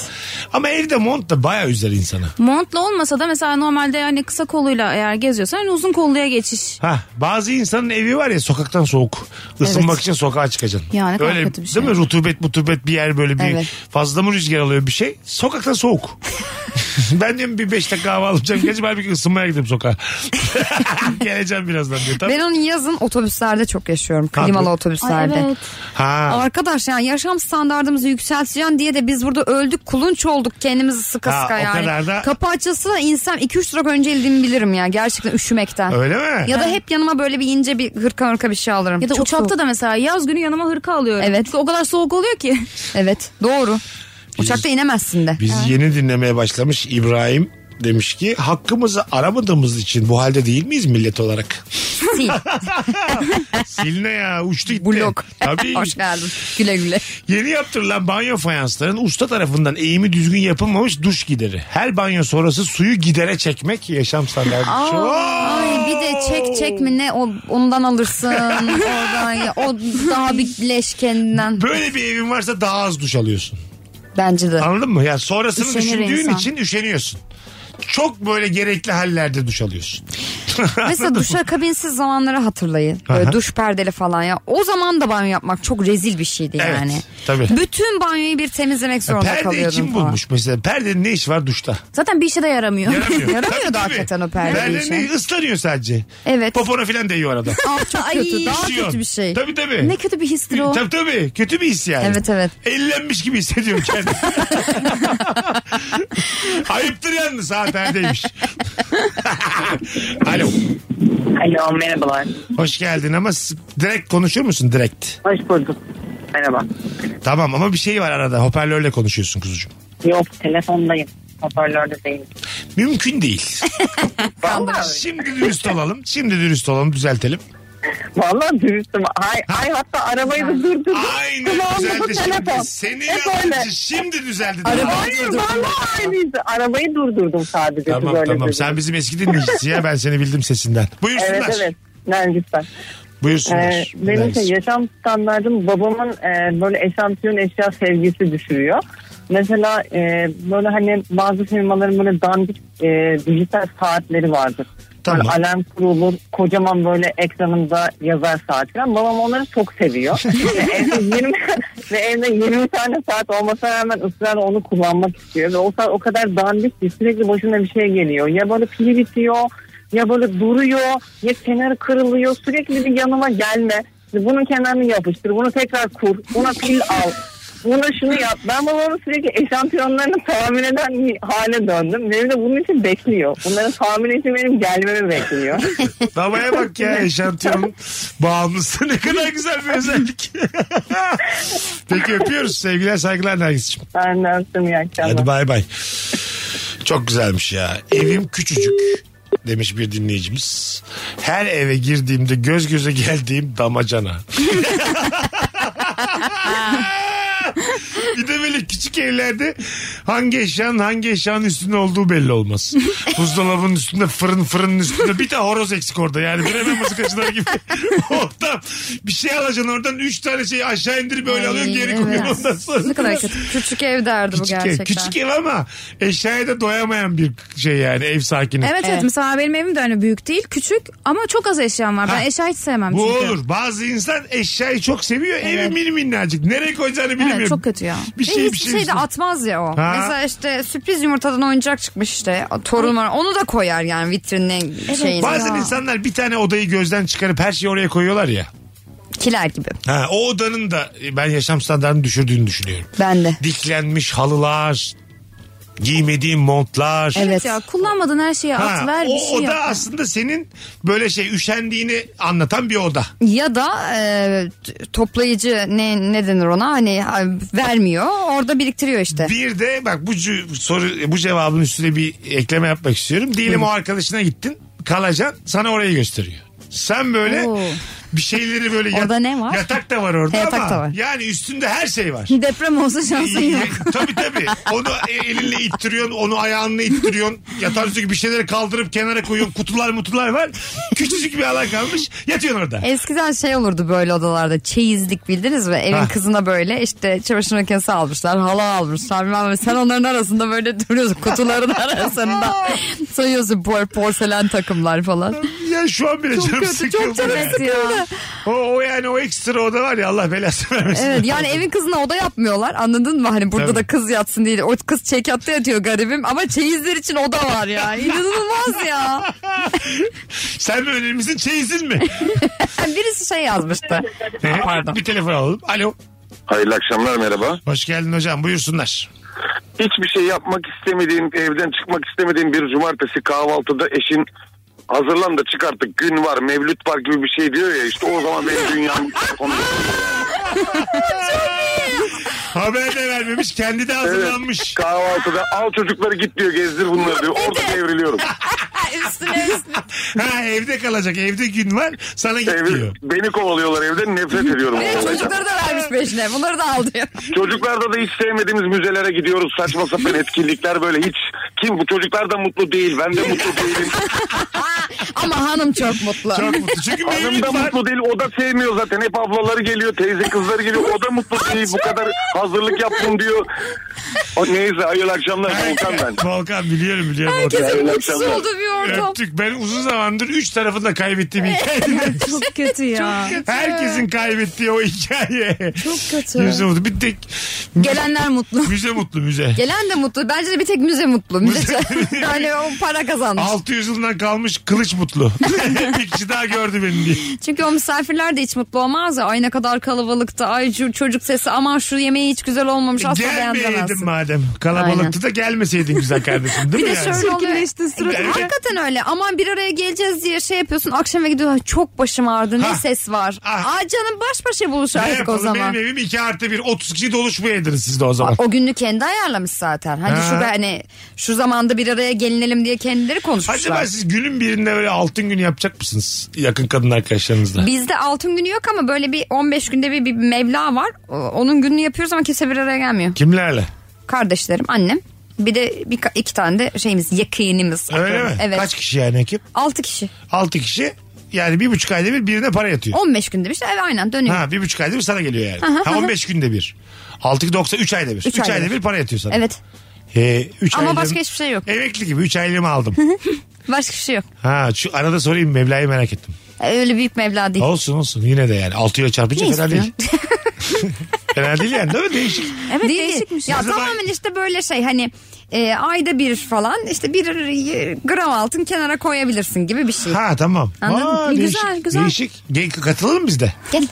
B: Ama evde mont da bayağı üzer insanı.
D: Montla olmasa da mesela normalde yani kısa koluyla eğer geziyorsan hani uzun kolluya geçiş.
B: Ha bazı insanın evi var ya sokaktan soğuk. Isınmak
C: Evet.
B: için sokağa çıkacaksın.
D: Ya ne kadar
B: Öyle,
D: kötü bir şey.
B: Değil mi? Rutubet mutubet bir yer böyle bir
C: Evet.
B: fazla mı rüzgar alıyor bir şey. Sokaktan soğuk. ben diyorum bir beş dakika hava alacağım. Geç bari bir ısınmaya gideyim sokağa. Geleceğim birazdan diyor. Tamam.
C: Ben onu yazın otobüslerde çok yaşıyorum.
B: Ha,
C: Klimalı
B: bu-
C: otobüslerde.
B: Ha.
C: Arkadaş yani yaşam standartımızı yükselteceğim diye de biz burada öldük kulunç olduk kendimizi sıkı
B: Ha,
C: sıka
B: o
C: yani.
B: kadar da-
C: Kapı açılsa da insan 2-3 durak önce eldiğimi bilirim ya gerçekten üşümekten.
B: Öyle mi?
C: Ya da hep yanıma böyle bir ince bir hırka hırka bir şey alırım.
D: Ya da
C: Çok
D: uçakta
C: soğuk.
D: da mesela yaz günü yanıma hırka alıyorum.
C: Evet.
D: Çünkü o kadar soğuk oluyor ki.
C: Evet doğru.
B: Biz-
C: Uçakta inemezsin de.
B: Biz yeni dinlemeye başlamış İbrahim demiş ki hakkımızı aramadığımız için bu halde değil miyiz millet olarak?
C: Sil.
B: Sil ne ya uçtu gitti.
C: Blok.
B: Tabii.
C: Hoş geldin. Güle güle.
B: Yeni yaptırılan banyo fayansların usta tarafından eğimi düzgün yapılmamış duş gideri. Her banyo sonrası suyu gidere çekmek yaşam standartı.
C: Ay bir de çek çek mi ne o, ondan alırsın oradan ya, o daha bir leş kendinden
B: Böyle bir evin varsa daha az duş alıyorsun.
C: bence de.
B: Anladın mı? Yani sonrasını
D: Üşenir
B: düşündüğün
D: insan.
B: için üşeniyorsun. Çok böyle gerekli hallerde duş alıyorsun.
C: Mesela duşa kabinsiz zamanları hatırlayın. Böyle
B: Aha.
C: duş perdeli falan ya. O zaman da banyo yapmak çok rezil bir şeydi
B: Evet,
C: yani.
B: tabii.
C: Bütün banyoyu bir temizlemek zorunda
B: Perdeyi
C: kalıyordun
B: kim
C: falan.
B: bulmuş mesela? Perdenin ne işi var duşta?
D: Zaten bir işe de yaramıyor.
B: Yaramıyor.
C: Yaramıyordu
B: Tabii, tabii.
C: hakikaten o perde
B: Perdenin
C: işi.
B: ne- ıslanıyor sadece.
C: Evet.
B: Popona filan değiyor arada.
C: Aa, çok kötü. Daha
B: Üşüyorsun.
C: kötü bir şey.
B: Tabii tabii.
D: ne kötü bir histir o.
B: Tabii tabii. Kötü bir his yani.
C: Evet, evet.
B: Ellenmiş gibi hissediyorum kendimi. Ayıptır yalnız ha perdeymiş. Alo.
F: Alo merhabalar.
B: Hoş geldin ama s- direkt konuşur musun direkt?
F: Hoş bulduk. Merhaba.
B: Tamam ama bir şey var arada. Hoparlörle konuşuyorsun kuzucuğum.
F: Yok telefondayım. Hoparlörde değilim.
B: Mümkün değil.
F: Vallahi,
B: Şimdi dürüst olalım. Şimdi dürüst olalım düzeltelim.
F: vallahi dürüstüm. Ay, ay hatta arabayı da durdurdum.
B: Aynen
F: Kulağımda
B: düzeldi
F: telefon.
B: şimdi. Seni
F: Hep öyle.
B: yalancı şimdi düzeldi.
F: Hayır vallahi aynıydı. Arabayı durdurdum sadece.
B: Tamam
F: Siz öyle
B: tamam
F: dediniz.
B: sen bizim eski dinleyicisi ya ben seni bildim sesinden. Buyursunlar.
F: Evet evet. Nergis'ten.
B: Buyursunlar.
F: Ee, benim şey,
B: Nergis.
F: yaşam standartım babamın e, böyle eşantiyon eşya sevgisi düşürüyor. Mesela e, böyle hani bazı firmaların böyle dandik e, dijital saatleri vardır. Böyle
B: Tamam.
F: alarm kurulur, kocaman böyle ekranında yazar saat falan. Babam onları çok seviyor. ve, evde 20, ve evde 20 tane saat olmasına rağmen ısrarla onu kullanmak istiyor. Ve o saat o kadar dandik ki sürekli başına bir şey geliyor. Ya böyle pili bitiyor, ya böyle duruyor ya kenarı kırılıyor sürekli bir yanıma gelme bunun kenarını yapıştır bunu tekrar kur buna pil al buna şunu yap ben babamın sürekli eşantiyonlarını tahmin eden bir hale döndüm benim de bunun için bekliyor bunların tahmin için benim gelmemi bekliyor
B: Babaya bak ya eşantiyon bağımlısı ne kadar güzel bir özellik. Peki öpüyoruz sevgiler saygılar Nergis'ciğim.
F: ben de yaptım iyi akşamlar
B: Hadi bay bay. Çok güzelmiş ya. Evim küçücük demiş bir dinleyicimiz. Her eve girdiğimde göz göze geldiğim damacana. Bir de böyle küçük evlerde hangi eşyanın hangi eşyanın üstünde olduğu belli olmaz. Buzdolabının üstünde fırın fırının üstünde bir tane horoz eksik orada yani bir hemen mızık açılar gibi. Ortam bir şey alacaksın oradan üç tane şeyi aşağı indirip böyle
C: Ay,
B: alıyorsun geri
C: evet.
B: koyuyorsun ondan sonra.
C: Ne kadar kötü. Küçük ev derdi bu
B: Küçük ev,
C: gerçekten.
B: küçük ev ama eşyaya da doyamayan bir şey yani ev sakini.
D: Evet, evet
C: Evet.
D: mesela benim evim de öyle büyük değil küçük ama çok az eşyam var.
B: Ha.
D: Ben eşya hiç sevmem
B: Bu
D: çünkü.
B: olur. Bazı insan eşyayı çok seviyor. Evi mini minnacık. Nereye koyacağını bilmiyor.
D: çok kötü ya.
B: Bir
C: Ve
B: şey bir
C: hiçbir
B: şey.
C: şey de atmaz ya o.
B: Ha.
C: Mesela işte sürpriz yumurtadan oyuncak çıkmış işte. Torun var. Onu da koyar yani vitrinin şeyine.
B: Bazen insanlar bir tane odayı gözden çıkarıp her şeyi oraya koyuyorlar ya.
C: Kiler gibi.
B: Ha, o odanın da ben yaşam standartını düşürdüğünü düşünüyorum.
C: Ben de.
B: Diklenmiş halılar, giymediğim montlar.
C: Evet.
D: Ya kullanmadığın her şeyi
B: Ha,
D: at ver bir
B: o
D: şey
B: oda
D: yap.
B: aslında senin böyle şey üşendiğini anlatan bir oda.
C: Ya da e, t- toplayıcı ne, ne denir ona hani e, vermiyor orada biriktiriyor işte.
B: Bir de bak bu cü- soru bu cevabın üstüne bir ekleme yapmak istiyorum. Diyelim o arkadaşına gittin, kalacaksın, sana orayı gösteriyor. Sen böyle
C: Oo.
B: bir şeyleri böyle
C: Orada ne var?
B: Yatak da var orada
C: He, yatak
B: ama
C: da var.
B: yani üstünde her şey var.
D: Deprem olsa şansın yok.
B: tabii tabii. Onu e, elinle ittiriyorsun, onu ayağınla ittiriyorsun. Yatağın üstündeki bir şeyleri kaldırıp kenara koyuyorsun. Kutular mutular var. Küçücük bir alan kalmış. Yatıyorsun orada.
C: Eskiden şey olurdu böyle odalarda çeyizlik bildiniz mi? Evin
B: Ha.
C: kızına böyle işte çamaşır makinesi almışlar, halı almışlar. bilmem ne. Sen onların arasında böyle duruyorsun kutuların arasında. Soyuyorsun por porselen takımlar falan.
B: Ya şu an bile canım sıkıldı. yani.
C: Evet ya.
B: O, o yani o ekstra oda var ya Allah belasını vermesin.
C: Evet yani evin kızına oda yapmıyorlar anladın mı? Hani burada
B: Tabii.
C: da kız yatsın değil. O kız çekyatta yatıyor garibim ama çeyizler için oda var ya. İnanılmaz ya.
B: Sen mi önerimizin çeyizin mi?
C: Birisi şey yazmıştı.
B: Ee, Bir telefon alalım. Alo.
G: Hayırlı akşamlar merhaba.
B: Hoş geldin hocam buyursunlar.
G: Hiçbir şey yapmak istemediğim, evden çıkmak istemediğim bir cumartesi kahvaltıda eşin hazırlan da çık artık gün var, mevlüt var gibi bir şey diyor ya işte o zaman benim dünyam konu.
B: Haber de vermemiş kendi de hazırlanmış.
G: Kahvaltıda al çocukları git diyor gezdir bunları diyor. Orada devriliyorum.
C: Üstüne üstüne.
B: Ha evde kalacak evde gün var sana git
G: Evi,
B: diyor.
G: beni kovalıyorlar evden nefret ediyorum.
C: Bir de
G: o olaydan.
C: çocukları da vermiş peşine. Bunları da aldı.
G: Çocuklarda da hiç sevmediğimiz müzelere gidiyoruz. Saçma sapan etkinlikler böyle hiç. Kim bu çocuklar da mutlu değil. Ben de mutlu değilim.
C: Ama hanım çok mutlu.
B: Çok mutlu. Çünkü
G: Hanım da
B: mevlüt var.
G: mutlu değil. O da sevmiyor zaten. Hep ablaları geliyor. Teyze kızları geliyor. O da mutlu değil. Bu kadar hazırlık yaptım diyor. O neyse hayırlı akşamlar. Volkan ben.
B: Volkan biliyorum biliyorum. Volkan.
C: Herkesin
G: Hayırlı
C: mutsuz
G: akşamlar.
C: olduğu bir ortam.
B: Öptük. Ben uzun zamandır üç tarafın da kaybettiği bir hikaye.
D: Çok kötü ya.
B: Herkesin kaybettiği o hikaye.
D: Çok kötü.
B: Müze mutlu. Bir tek
D: Gelenler mutlu.
B: müze mutlu müze.
C: Gelen de mutlu. Bence de bir tek müze mutlu. Müze
B: Müze-
C: yani o para kazanmış.
B: 600 yıldan kalmış kılıç mutlu. bir kişi daha gördü beni diye.
C: Çünkü o misafirler de hiç mutlu olmaz ya. Ay ne kadar kalabalıktı. Ay şu çocuk sesi aman şu yemeği hiç güzel olmamış. Asla
B: Gelmeyeydin
C: beğendiremezsin.
B: madem. Kalabalıktı da gelmeseydin güzel kardeşim değil
C: Bir
B: mi?
C: de
B: yani?
C: şöyle oluyor.
D: Çirkinleştin suratı.
C: Evet. Hakikaten öyle. Aman bir araya geleceğiz diye şey yapıyorsun. Akşam eve gidiyorsun. Ay Çok başım ağrıdı. Ne
B: Ha.
C: ses var.
B: Ah.
C: Aa canım baş başa buluş
B: Ne
C: artık şey o
B: yapalım
C: zaman.
B: benim evim 2 artı 1. 30 kişi doluşmayaydınız siz de o zaman.
C: O günü kendi ayarlamış zaten. Hani
B: Ha.
C: şu be- hani şu zamanda bir araya gelinelim diye kendileri konuşmuşlar.
B: Acaba siz günün birinde böyle altın günü yapacak mısınız? Yakın kadın arkadaşlarınızla.
C: Bizde altın günü yok ama böyle bir 15 günde bir, bir mevla var. O- Onun gününü yapıyoruz ama kimse bir araya gelmiyor.
B: Kimlerle?
C: Kardeşlerim, annem. Bir de bir, iki tane de şeyimiz yakınımız.
B: Öyle mi?
C: Evet.
B: Kaç kişi yani ekip?
C: 6 kişi.
B: 6 kişi. Yani bir buçuk ayda bir birine para yatıyor.
C: 15 gün demiş. şey. Evet aynen dönüyor.
B: Ha bir buçuk ayda bir sana geliyor yani. ha 15 günde bir. 6 90 3 ayda bir. 3 ayda, bir para yatıyor sana.
C: Evet.
B: He, üç
C: Ama
B: aylığım-
C: başka hiçbir şey yok.
B: Emekli gibi 3 aylığımı aldım.
C: Başka bir şey yok.
B: ha şu arada sorayım Mevla'yı merak ettim.
C: Öyle büyük mevla değil.
B: Olsun olsun yine de yani 6 ile çarpınca
C: Ne
B: fena değil. fena değil yani değil mi? Değişik.
D: Evet
C: Değil mi?
D: değişikmiş.
C: Ya
B: O zaman-
C: tamamen işte böyle şey hani e, ayda bir falan işte bir e, gram altın kenara koyabilirsin gibi bir şey.
B: Ha tamam.
C: Anladım.
B: Aa,
C: İyi,
B: değişik,
C: güzel, güzel.
B: Değişik. Gel, katılalım biz de.
C: Gel.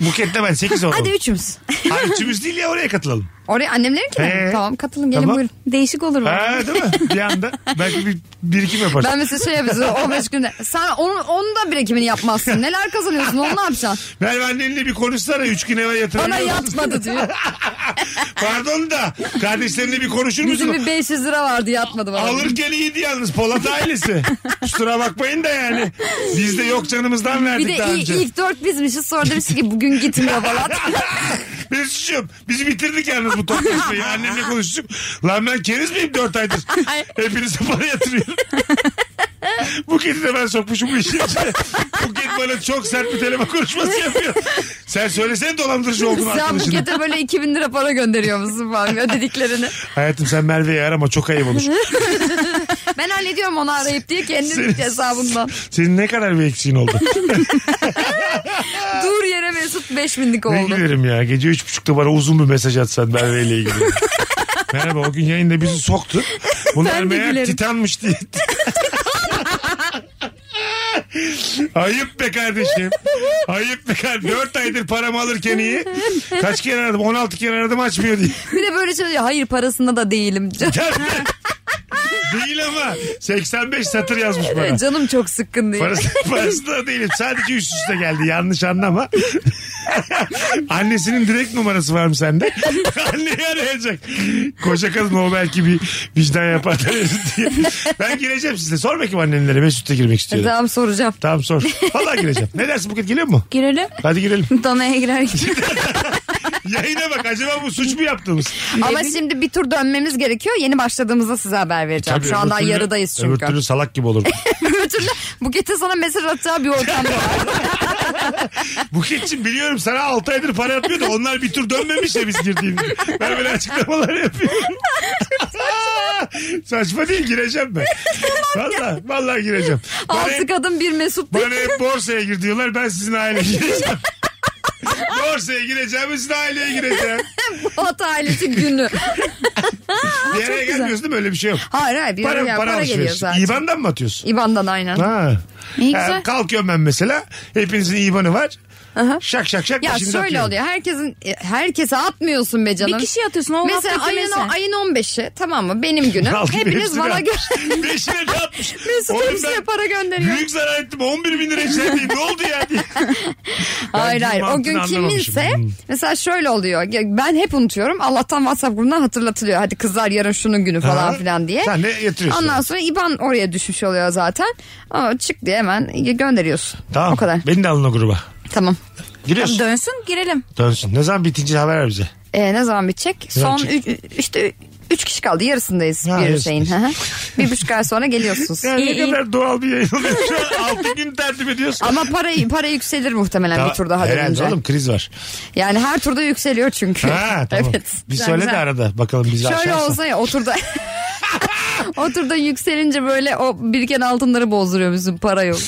B: Buket'le ben 8 olalım.
C: Hadi üçümüz.
B: Ha, üçümüz değil ya oraya katılalım.
C: Oraya annemlerinkine.
B: Ee?
C: mi? Tamam katılın gelin
B: Tamam.
C: buyurun.
D: Değişik olur mu?
B: Ha değil mi? Bir anda belki bir birikim yaparız.
C: Ben mesela şey yapıyorsun 15 günde. Sen onu, onu da birikimini yapmazsın. Neler kazanıyorsun onu ne yapacaksın?
B: Merve annenle bir konuşsana 3 gün evvel
C: Bana
B: yatırabiliyor musun?
C: yatmadı diyor.
B: Pardon da kardeşlerinle bir konuşur
C: Bizim
B: musun?
C: bir 500 lira vardı yatmadı bana.
B: Alırken iyiydi yalnız Polat ailesi. Kusura bakmayın da yani. Biz de yok canımızdan verdik
C: Bir de
B: daha
C: i-
B: önce.
C: ilk dört bizmişiz sonra demiş ki bugün gitmiyor falan.
B: Mesut'cum biz bitirdik yalnız bu toplantıyı. Annemle konuştuk. Lan ben keriz miyim dört aydır? Hepinize para yatırıyorum. Buket'i de ben sokmuşum bu işin içine. Buket bana çok sert bir telefon konuşması yapıyor. Sen söylesene dolandırıcı olduğunu
C: Sen
B: arkadaşına.
C: bukete böyle 2000 lira para gönderiyor musun falan ödediklerini.
B: Hayatım sen Merve'yi arama çok ayıp olur.
C: Ben hallediyorum onu arayıp diye kendin hesabından.
B: Senin ne kadar bir eksiğin oldu.
C: Dur yere Mesut 5000'lik
B: Ne
C: oldu.
B: gülerim ya. Gece üç buçukta bana uzun bir mesaj atsan Merve ile ilgili. Merhaba o gün yayında bizi soktu. Bunlar
C: Ben de
B: meğer
C: gülerim.
B: titanmış diye. Ayıp be kardeşim. Ayıp be kardeşim. Dört aydır paramı alırken iyi. Kaç kere aradım? 16 kere aradım açmıyor diye.
C: Bir de böyle şey diyor, hayır parasında da değilim.
B: Değil ama. 85 satır yazmış bana.
C: Canım çok sıkkın diye.
B: Parası, parası da değilim. Sadece üst üste geldi. Yanlış anlama. Annesinin direkt numarası var mı sende? Anneyi arayacak. Koca kadın o belki bir vicdan yapar da verir diye. Ben gireceğim size. Sor bakayım annenlere. Mesut da girmek istiyorum.
C: Tamam soracağım.
B: Tamam sor. Vallahi gireceğim. Ne dersin Buket geliyor mu?
D: Girelim.
B: Hadi girelim.
D: Danaya girer gibi.
B: Yayına bak acaba bu suç mu yaptığımız?
C: Ama şimdi bir tur dönmemiz gerekiyor. Yeni başladığımızda size haber vereceğim.
B: Tabii,
C: Şu anda
B: öbür türlü-
C: yarıdayız
B: Öbür
C: çünkü.
B: türlü salak gibi olur.
C: Öbür türlü Buket'in sana mesaj atacağı bir ortam var.
B: Buket'cim biliyorum sana 6 aydır para yapıyor da onlar bir tur dönmemiş ya biz girdiğimde. Ben böyle açıklamalar yapıyorum. Saçma değil gireceğim ben. Valla valla gireceğim. Bana
C: Altı
B: hep,
C: kadın bir Mesut.
B: bana hep borsaya gir diyorlar ben sizin aileye gireceğim. borsaya gireceğim sizin aileye gireceğim.
C: Polat ailesi günü.
B: Bir yere gelmiyorsun değil mi öyle bir şey yok.
C: Hayır hayır bir
B: Para, para,
C: para, para, geliyor
B: alışverişi.
C: zaten.
B: İban'dan mı atıyorsun?
C: İban'dan aynen.
B: Ha.
D: İyi
B: Ha,
D: güzel.
B: kalkıyorum ben mesela. Hepinizin İban'ı var. Şak şak şak.
C: Ya
B: başınıza
C: şöyle
B: atıyorum.
C: oluyor. Herkesin herkese atmıyorsun be canım.
D: Bir kişi atıyorsun o
C: Mesela
D: haftaki
C: ayın,
D: mesela.
C: ayın 15'i tamam mı? Benim günüm.
B: Aldım,
C: Hepiniz
B: hepsini
C: bana
B: aldım.
C: göre.
B: Beşine de atmış.
C: Mesut
B: Oğlum
C: hepsine
B: ben
C: para gönderiyor.
B: Büyük zarar ettim. 11 bin lira işlendi. Ne oldu ya diye.
C: Hayır
B: Ben
C: hayır. O
B: mantığını
C: gün
B: anlamamışım.
C: kiminse
B: Hmm.
C: mesela şöyle oluyor. Ya Ben hep unutuyorum. Allah'tan WhatsApp grubundan hatırlatılıyor. Hadi kızlar yarın şunun günü falan
B: Ha?
C: filan diye.
B: Sen de yatırıyorsun.
C: Ondan sonra İban oraya düşmüş oluyor zaten. Ama çık diye hemen gönderiyorsun.
B: Tamam.
C: O kadar.
B: Beni de alın o gruba.
C: Tamam.
B: Giriyorsun.
D: Dönsün girelim.
B: Dönsün. Ne zaman bitince haber ver bize.
C: Ee, ne zaman bitecek? Son
B: bitecek?
C: üç, işte üç kişi kaldı. Yarısındayız
B: Ha,
C: bir şeyin.
B: yarısındayız.
C: Hı hı. bir buçuk ay sonra geliyorsunuz.
B: Ya ne
D: İyi, iyi.
B: kadar doğal bir yayın oluyor. Şu an 6 gün tertip ediyorsun.
C: Ama para para yükselir muhtemelen bir tur daha
B: Herhalde
C: dönünce.
B: oğlum kriz var.
C: Yani her turda yükseliyor çünkü.
B: Ha tamam. Bir
C: Güzel,
B: söyle de
C: güzel.
B: arada bakalım bizi
C: Şöyle
B: aşarsa.
C: olsa ya o turda o turda yükselince böyle o biriken altınları bozduruyor bizim para yok.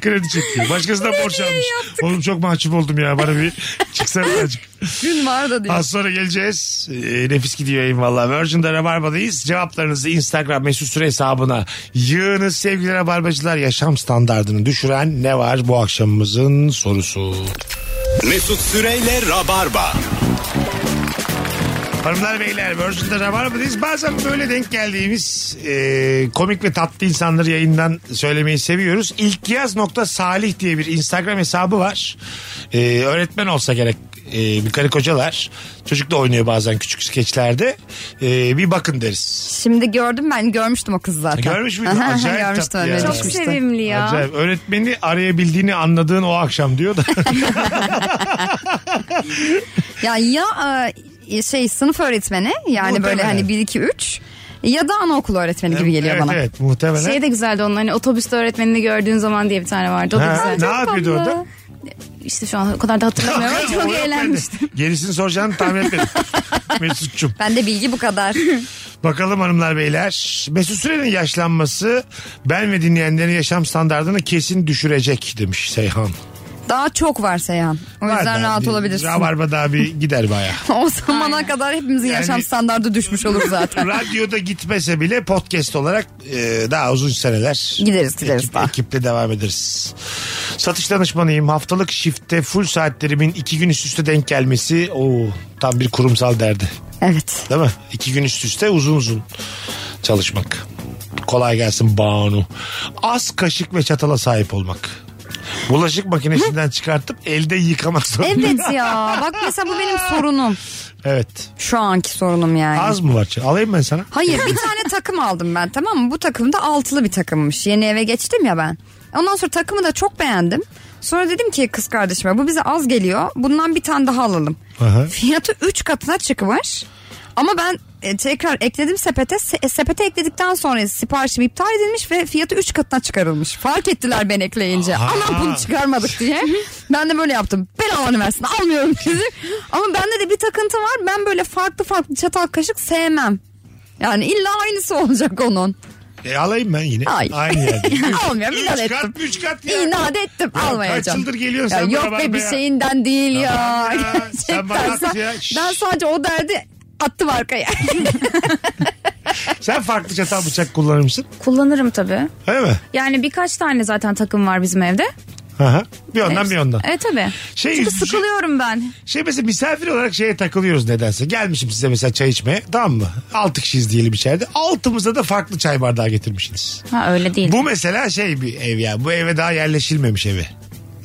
B: Kredi çekiyor. Başkasından borç almış. Oğlum çok mahcup oldum ya. Bana bir çıksana birazcık.
C: Gün var da diyor.
B: Az sonra geleceğiz. Ee, nefis gidiyor yayın valla. Virgin'de Rabarba'dayız. Cevaplarınızı Instagram mesut süre hesabına yığınız sevgili Rabarbacılar. Yaşam standartını düşüren ne var bu akşamımızın sorusu.
A: Mesut Süreyle Rabarba.
B: Hanımlar beyler Virgin'de Rabarba'dayız. Bazen böyle denk geldiğimiz e, komik ve tatlı insanları yayından söylemeyi seviyoruz. İlkyaz.salih diye bir Instagram hesabı var. E, öğretmen olsa gerek e, bir karı kocalar. Çocuk da oynuyor bazen küçük skeçlerde. E, bir bakın deriz.
C: Şimdi gördüm ben görmüştüm o kızı zaten.
B: Görmüş müydün?
C: Aha,
B: Acayip
C: görmüştüm,
B: tatlı ya.
C: önüme
D: Çok
B: Çok
C: düşmüştü.
D: sevimli ya.
B: Acayip. Öğretmeni arayabildiğini anladığın o akşam diyor da.
C: Ya ya e, şey sınıf öğretmeni yani
B: Muhtemelen.
C: böyle hani 1 2 3 ya da anaokulu öğretmeni gibi geliyor
B: evet,
C: bana.
B: Evet muhtemelen.
D: Şey de güzeldi onun hani otobüste öğretmenini gördüğün zaman diye bir tane vardı. O da
B: Ha,
D: güzel.
B: ne yapıyordu
D: tatlı.
B: orada?
D: İşte şu an o kadar da hatırlamıyorum ama
B: O
D: çok
B: yok bende.
D: eğlenmiştim.
B: Gerisini soracağını tahmin etmedim. Mesut'cum.
C: Ben de bilgi bu kadar.
B: Bakalım hanımlar beyler. Mesut Süren'in yaşlanması ben ve dinleyenlerin yaşam standartını kesin düşürecek demiş Seyhan.
C: Daha çok var Seyhan. O
B: Var daha
C: yüzden rahat
B: bir-
C: olabilirsin.
B: Rabarba daha bir gider baya.
C: o zamana kadar hepimizin
B: Yani-
C: yaşam standardı düşmüş olur zaten.
B: Radyoda gitmese bile podcast olarak e, daha uzun seneler.
C: Gideriz, gideriz
B: Ekip-
C: daha.
B: Ekiple devam ederiz. Satış danışmanıyım. Haftalık şifte full saatlerimin iki gün üst üste denk gelmesi o tam bir kurumsal derdi.
C: evet.
B: Değil mi? İki gün üst üste uzun uzun çalışmak. Kolay gelsin Banu. Az kaşık ve çatala sahip olmak. Bulaşık makinesinden çıkartıp elde yıkamak zorunda.
C: Evet ya. Bak mesela bu benim sorunum.
B: Evet.
C: Şu anki sorunum yani.
B: Az mı var? Alayım ben sana.
C: Hayır bir tane takım aldım ben tamam mı? Bu takım da altılı bir takımmış. Yeni eve geçtim ya ben. Ondan sonra takımı da çok beğendim. Sonra dedim ki kız kardeşime bu bize az geliyor. Bundan bir tane daha alalım.
B: Aha.
C: Fiyatı 3 katına çıkmış. Ama ben e, tekrar ekledim sepete. Se- e, sepete ekledikten sonra siparişim iptal edilmiş ve fiyatı 3 katına çıkarılmış. Fark ettiler ben ekleyince.
B: Aha.
C: Ama bunu çıkarmadık diye. ben de böyle yaptım. Belavanı versin almıyorum dedim. Ama bende de bir takıntı var. Ben böyle farklı farklı çatal kaşık sevmem. Yani illa aynısı olacak onun.
B: E, alayım ben yine.
C: Hayır.
B: Aynı yerde.
C: Almıyorum
B: Üç
C: inat ettim.
B: kat, üç kat ya.
C: İnat ettim
B: Ya kaç
C: almayacağım.
B: yıldır geliyorsun
C: Ya
B: sen bana
C: Yok
B: bak
C: be bir
B: be ya.
C: şeyinden değil ya.
B: Tamam ya, sen bana
C: Gerçekten
B: at
C: sen-
B: ya.
C: ben
B: Şşş.
C: sadece o derdi attım arkaya.
B: Sen farklı çatal bıçak kullanır mısın?
D: Kullanırım tabii.
B: Öyle mi?
D: Yani birkaç tane zaten takım var bizim evde.
B: Aha. Bir ondan bir ondan.
D: E tabii.
B: Şey,
D: Çünkü
B: üzücü-
D: sıkılıyorum ben.
B: Şey mesela misafir olarak şeye takılıyoruz nedense. Gelmişim size mesela çay içmeye. Tamam mı? Altı kişiyiz diyelim içeride. Altımıza da farklı çay bardağı getirmişsiniz.
D: Ha öyle değil.
B: Bu mesela şey bir ev ya. Bu eve daha yerleşilmemiş evi.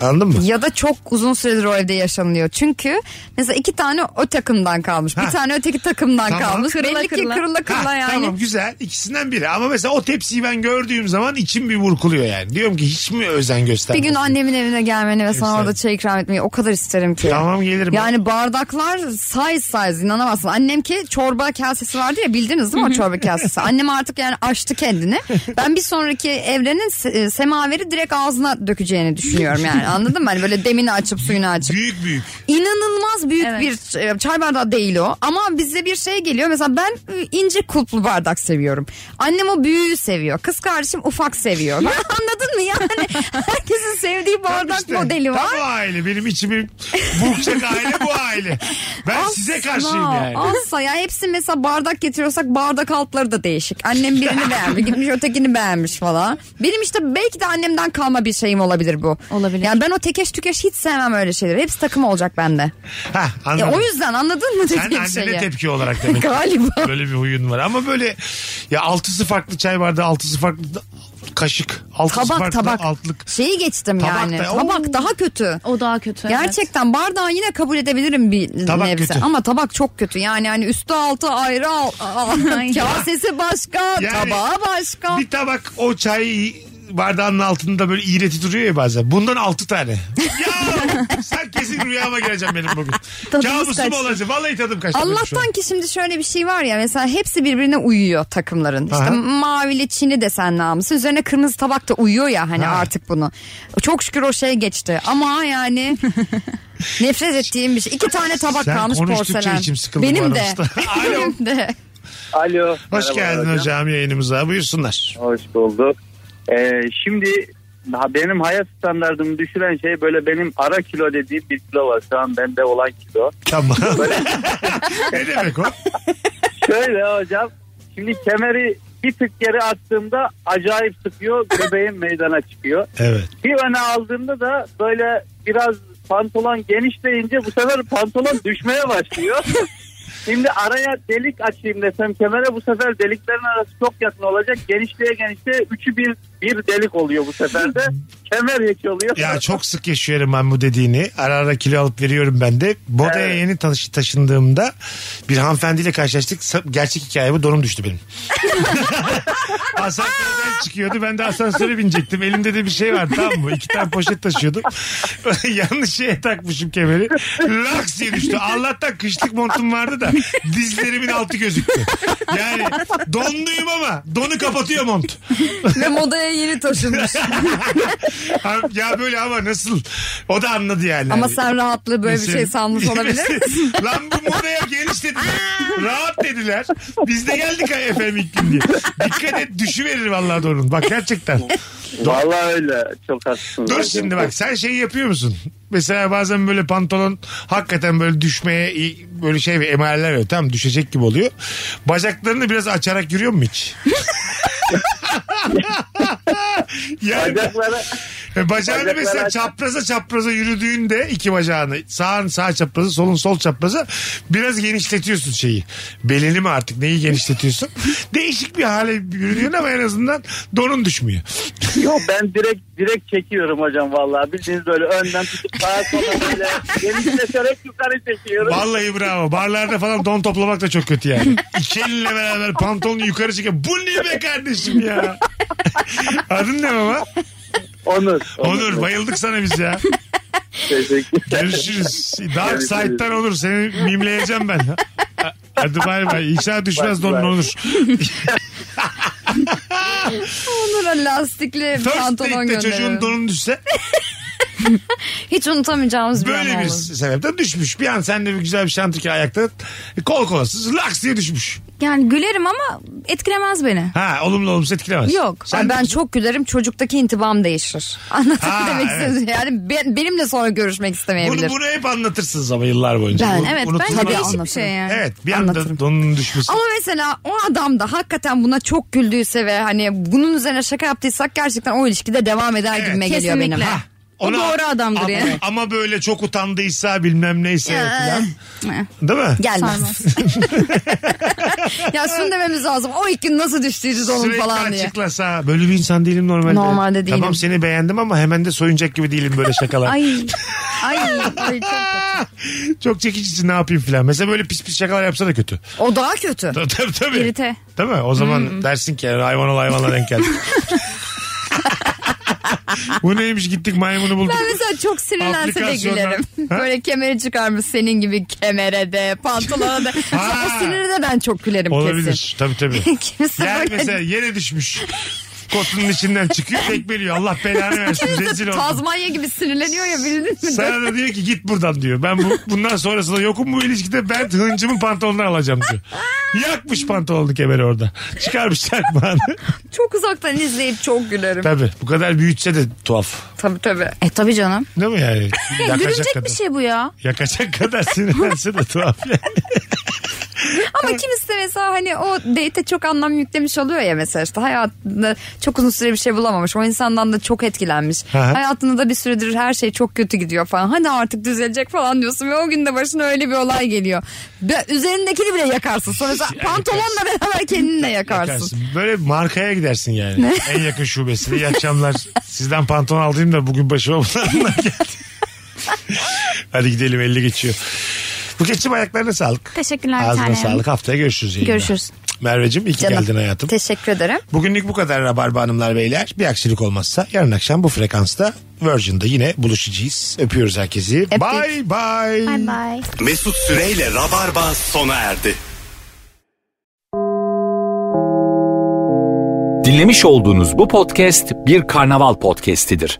B: Anladın mı?
C: ya da çok uzun süredir o evde yaşanılıyor. Çünkü mesela iki tane o takımdan kalmış.
B: Ha.
C: Bir tane öteki takımdan
B: Tamam.
C: kalmış.
D: Kırıla
C: Belli ki
D: kırıla.
C: kırıla kırıla
B: Ha,
C: yani.
B: Tamam güzel ikisinden biri ama mesela o tepsiyi ben gördüğüm zaman içim bir vurkuluyor yani. Diyorum ki hiç mi özen
C: Bir
B: göstermedin?
C: gün annemin evine gelmeni ve sana
B: Güzel.
C: orada çay ikram etmeyi o kadar isterim ki.
B: Tamam, gelirim.
C: Yani bardaklar size size inanamazsın. Annem ki çorba kasesi vardı ya bildiniz değil mi o çorba kasesi? Annem artık yani açtı kendini. Ben bir sonraki evrenin se- e, semaveri direkt ağzına dökeceğini düşünüyorum yani anladın mı? Hani böyle demini açıp suyunu açıp.
B: Büyük büyük.
C: İnanılmaz büyük
D: Evet.
C: bir e, çay bardağı değil o. Ama bize bir şey geliyor. Mesela ben e, ince kulplu bardak seviyorum. Annem o büyüğü seviyor. Kız kardeşim ufak seviyor. Anladın mı yani? Herkesin sevdiği bardak
B: İşte,
C: modeli var.
B: Tam o aile benim içimi burkacak aile bu aile. Ben size karşıyım
C: Asla,
B: yani.
C: Asla ya hepsi mesela bardak getiriyorsak bardak altları da değişik. Annem birini beğenmiş gitmiş ötekini beğenmiş falan. Benim işte belki de annemden kalma bir şeyim olabilir bu.
D: Olabilir.
C: Yani ben o tekeş tükeş hiç sevmem öyle şeyleri. Hepsi takım olacak bende.
B: Ha, anladım.
C: Ya o yüzden anladın mı
B: Sen
C: dediğim
B: annene
C: şeyi?
B: tepki olarak demek.
C: Galiba.
B: Böyle bir huyun var ama böyle ya altısı farklı çay bardağı, altısı farklı da- kaşık, altısı
C: Tabak
B: farklı
C: tabak.
B: altlık.
C: Şeyi geçtim
B: Tabak
C: yani.
B: da- Oo.
C: tabak daha kötü.
D: O daha kötü. evet.
C: Gerçekten bardağı yine kabul edebilirim bir
B: Tabak
C: nebze.
B: kötü.
C: Ama tabak çok kötü. Yani hani üstü altı ayrı al, al- kasesi başka,
B: Yani-
C: tabağı başka.
B: Bir tabak o çay bardağının altında böyle iğreti duruyor ya bazen. Bundan altı tane. ya sen kesin rüyama gireceğim benim bugün.
D: Tadımız
B: Kabusum
D: kaçtı.
B: olacak. Vallahi tadım kaçtı. benim şu an.
C: Allah'tan ki şimdi şöyle bir şey var ya mesela hepsi birbirine uyuyor takımların.
B: Aha.
C: İşte mavili çini desen namısı üzerine kırmızı tabak da uyuyor ya hani
B: Ha.
C: artık bunu. Çok şükür o şey geçti ama yani nefret ettiğim bir şey. İki tane tabak
B: Sen
C: kalmış
B: konuştukça
C: porselen.
B: içim sıkıldı bu
C: Benim de.
B: aramızda. Alo.
C: Benim de.
E: Alo.
B: Hoş
E: Merhaba
B: geldin hocam yayınımıza. Buyursunlar.
E: Hoş bulduk. Ee, şimdi ha- benim hayat standartımı düşüren şey böyle benim ara kilo dediğim bir kilo var. Şu an bende olan kilo.
B: Tamam. ne demek o?
E: Şöyle hocam. Şimdi kemeri bir tık geri attığımda acayip sıkıyor. Göbeğim meydana çıkıyor.
B: Evet.
E: Bir öne aldığımda da böyle biraz pantolon genişleyince bu sefer pantolon düşmeye başlıyor. Şimdi araya delik açayım desem kemere bu sefer deliklerin arası çok yakın olacak. Genişliğe genişliğe üçü bir, bir delik oluyor bu sefer de. Kemer hiç oluyor.
B: Ya çok sık yaşıyorum ben bu dediğini. Ara ara kilo alıp veriyorum ben de. Boda'ya
E: Evet.
B: yeni taşı taşındığımda bir hanımefendiyle karşılaştık. Sa- Gerçek hikaye bu. Donum düştü benim. Asansörden çıkıyordu. Ben de asansöre binecektim. Elimde de bir şey var tamam mı? İki tane poşet taşıyordum. Yanlış şeye takmışım kemeri. Laks diye düştü. Allah'tan kışlık montum vardı da dizlerimin altı gözüktü. Yani donduyum ama donu kapatıyor mont.
C: Ve modaya yeni taşınmış.
B: Ha, ya böyle ama nasıl? O da anladı yani.
C: Ama
B: Hani-
C: sen rahatlığı böyle bir şey sanmış olabilir.
B: Lan bu modaya geniş dediler. Rahat dediler. Biz de geldik ay efendim ilk gün diye. Dikkat et düşüverir vallahi doğru. Bak gerçekten.
E: Vallahi öyle çok haklısın.
B: Dur şimdi bak sen şey yapıyor musun? Mesela bazen böyle pantolon hakikaten böyle düşmeye iyi- böyle şey bir emareler veriyor. Tamam düşecek gibi oluyor. Bacaklarını biraz açarak yürüyor mu hiç? yani
E: Bacakları
B: E bacağını
E: Bacaklar
B: mesela
E: aç-
B: çapraza çapraza yürüdüğünde iki bacağını sağın sağ çaprazı solun sol çaprazı biraz genişletiyorsun şeyi. Belini mi artık neyi genişletiyorsun? Değişik bir hale yürüyorsun ama en azından donun düşmüyor.
E: Yok ben direkt direkt çekiyorum hocam vallahi. Bildiğiniz böyle önden tutup sağa sola böyle genişleterek yukarı çekiyorum.
B: Vallahi bravo. Barlarda falan don toplamak da çok kötü yani. İki elinle beraber pantolonu yukarı çekiyor. Bu ne be kardeşim ya? Adın ne baba?
E: Onur.
B: Onur bayıldık sana biz ya.
E: Teşekkür.
B: Görüşürüz. Dark Side'dan olur. Seni mimleyeceğim ben. Hadi bay bay. İnşallah düşmez
E: Bay
B: donun
E: bay.
B: olur.
C: Onlara lastikli
B: First
C: pantolon
B: date'de çocuğun
C: gönderiyorum.
B: donun düşse
C: Hiç unutamayacağımız bir
B: böyle
C: an
B: bir
C: oldu.
B: sebepten düşmüş. Bir an sen de bir güzel bir şantrike ayakta kol kolasız laks diye düşmüş.
D: Yani gülerim ama etkilemez beni.
B: Ha olumlu olumsuz etkilemez.
D: Yok,
C: Ay
B: Sen
C: ben çok gülerim çocuktaki intibam değişir. Anladın
B: Ha,
C: mı demek
B: evet.
C: istedim. Yani ben- benimle sonra görüşmek istemeyebilir.
B: bunu, bunu hep anlatırsınız ama yıllar boyunca.
C: Ben,
B: Bu-
D: Evet
B: unutulmaz.
D: bence
C: Tabii
D: değişik bir
C: anlatırım.
D: şey yani.
B: Evet bir anda
C: Anlatırım.
B: donun düşmüş.
C: Ama mesela o adam da hakikaten buna çok güldüyse ve hani bunun üzerine şaka yaptıysak gerçekten o ilişkide devam eder
B: Evet.
C: gibime geliyor
D: Kesinlikle.
C: benim.
D: Ha. O doğru adamdır
B: ama,
D: yani.
B: Ama böyle çok utandıysa bilmem neyse
C: Ya.
B: falan. Değil mi?
C: Gelmez.
D: Sarmaz.
C: ya şunu dememiz lazım. O ilk gün nasıl düştüydü onun
B: Sürekli
C: falan diye.
B: açıklasa böyle bir insan değilim normalde.
C: Normalde değilim.
B: Tamam seni beğendim ama hemen de soyunacak gibi değilim böyle şakalar.
D: Ay.
C: Ay, ay çok kötü.
B: Çok çekicisin ne yapayım filan. Mesela böyle pis pis şakalar yapsa da kötü.
C: O daha kötü.
B: Tabii tabii. tabii.
D: İrite.
B: Değil mi? O zaman
C: Hmm.
B: dersin ki yani hayvan ol hayvanla denk geldik. Bu neymiş gittik maymunu bulduk.
C: Ben mesela çok sinirlense de
B: Aplikasyondan-
C: gülerim.
B: Ha?
C: Böyle kemeri çıkarmış senin gibi kemere de pantolona da.
B: Ha.
C: o siniri de ben çok gülerim kesin.
B: Olabilir. Tabii tabii.
C: Kimse
B: Yani
C: böyle
B: mesela yere düşmüş. Kotunun içinden çıkıyor tekmeliyor. Allah belanı versin.
C: Kimse
B: Rezil oldum.
C: Tazmanya gibi sinirleniyor ya bildin mi?
B: Sana da diyor ki git buradan diyor. Ben bu, bundan sonrasında yokum bu ilişkide ben hıncımın pantolonunu alacağım diyor. Yakmış pantolonlu kemeri orada. Çıkarmış çakmağını.
C: Çok uzaktan izleyip çok gülerim.
B: tabii bu kadar büyütse de tuhaf.
C: Tabii tabii.
D: E tabii canım.
B: Değil mi yani? Yakacak
D: Gülünecek
B: kadar.
D: bir şey bu ya.
B: Yakacak kadar sinirlense de tuhaf yani.
C: Ama kimisi de mesela hani o date'e çok anlam yüklemiş oluyor ya mesela işte hayatında çok uzun süre bir şey bulamamış. O insandan da çok etkilenmiş.
B: Aha.
C: Hayatında da bir süredir her şey çok kötü gidiyor falan. Hani artık düzelecek falan diyorsun ve o gün de başına öyle bir olay geliyor. Ve üzerindekini bile yakarsın. Sonra mesela pantolonla beraber kendini de yakarsın.
B: Yakarsın. Böyle markaya gidersin yani. En yakın şubesine. İyi akşamlar. Sizden pantolon aldığım da bugün başıma bunlarla geldi. Hadi gidelim 50 geçiyor. Bu geçim ayaklarına sağlık.
D: Teşekkürler bir
B: Ağzına
D: tanem.
B: sağlık. Haftaya görüşürüz. Yayında.
D: Görüşürüz.
B: Merveciğim iyi ki
C: Canım.
B: geldin hayatım.
C: Teşekkür ederim.
B: Bugünlük bu kadar Rabarba Hanımlar Beyler. Bir aksilik olmazsa yarın akşam bu frekansta Virgin'de yine buluşacağız. Öpüyoruz herkesi. Bye bye.
D: Bye bye.
A: Mesut Süreyle Rabarba sona erdi.
H: Dinlemiş olduğunuz bu podcast bir karnaval podcastidir.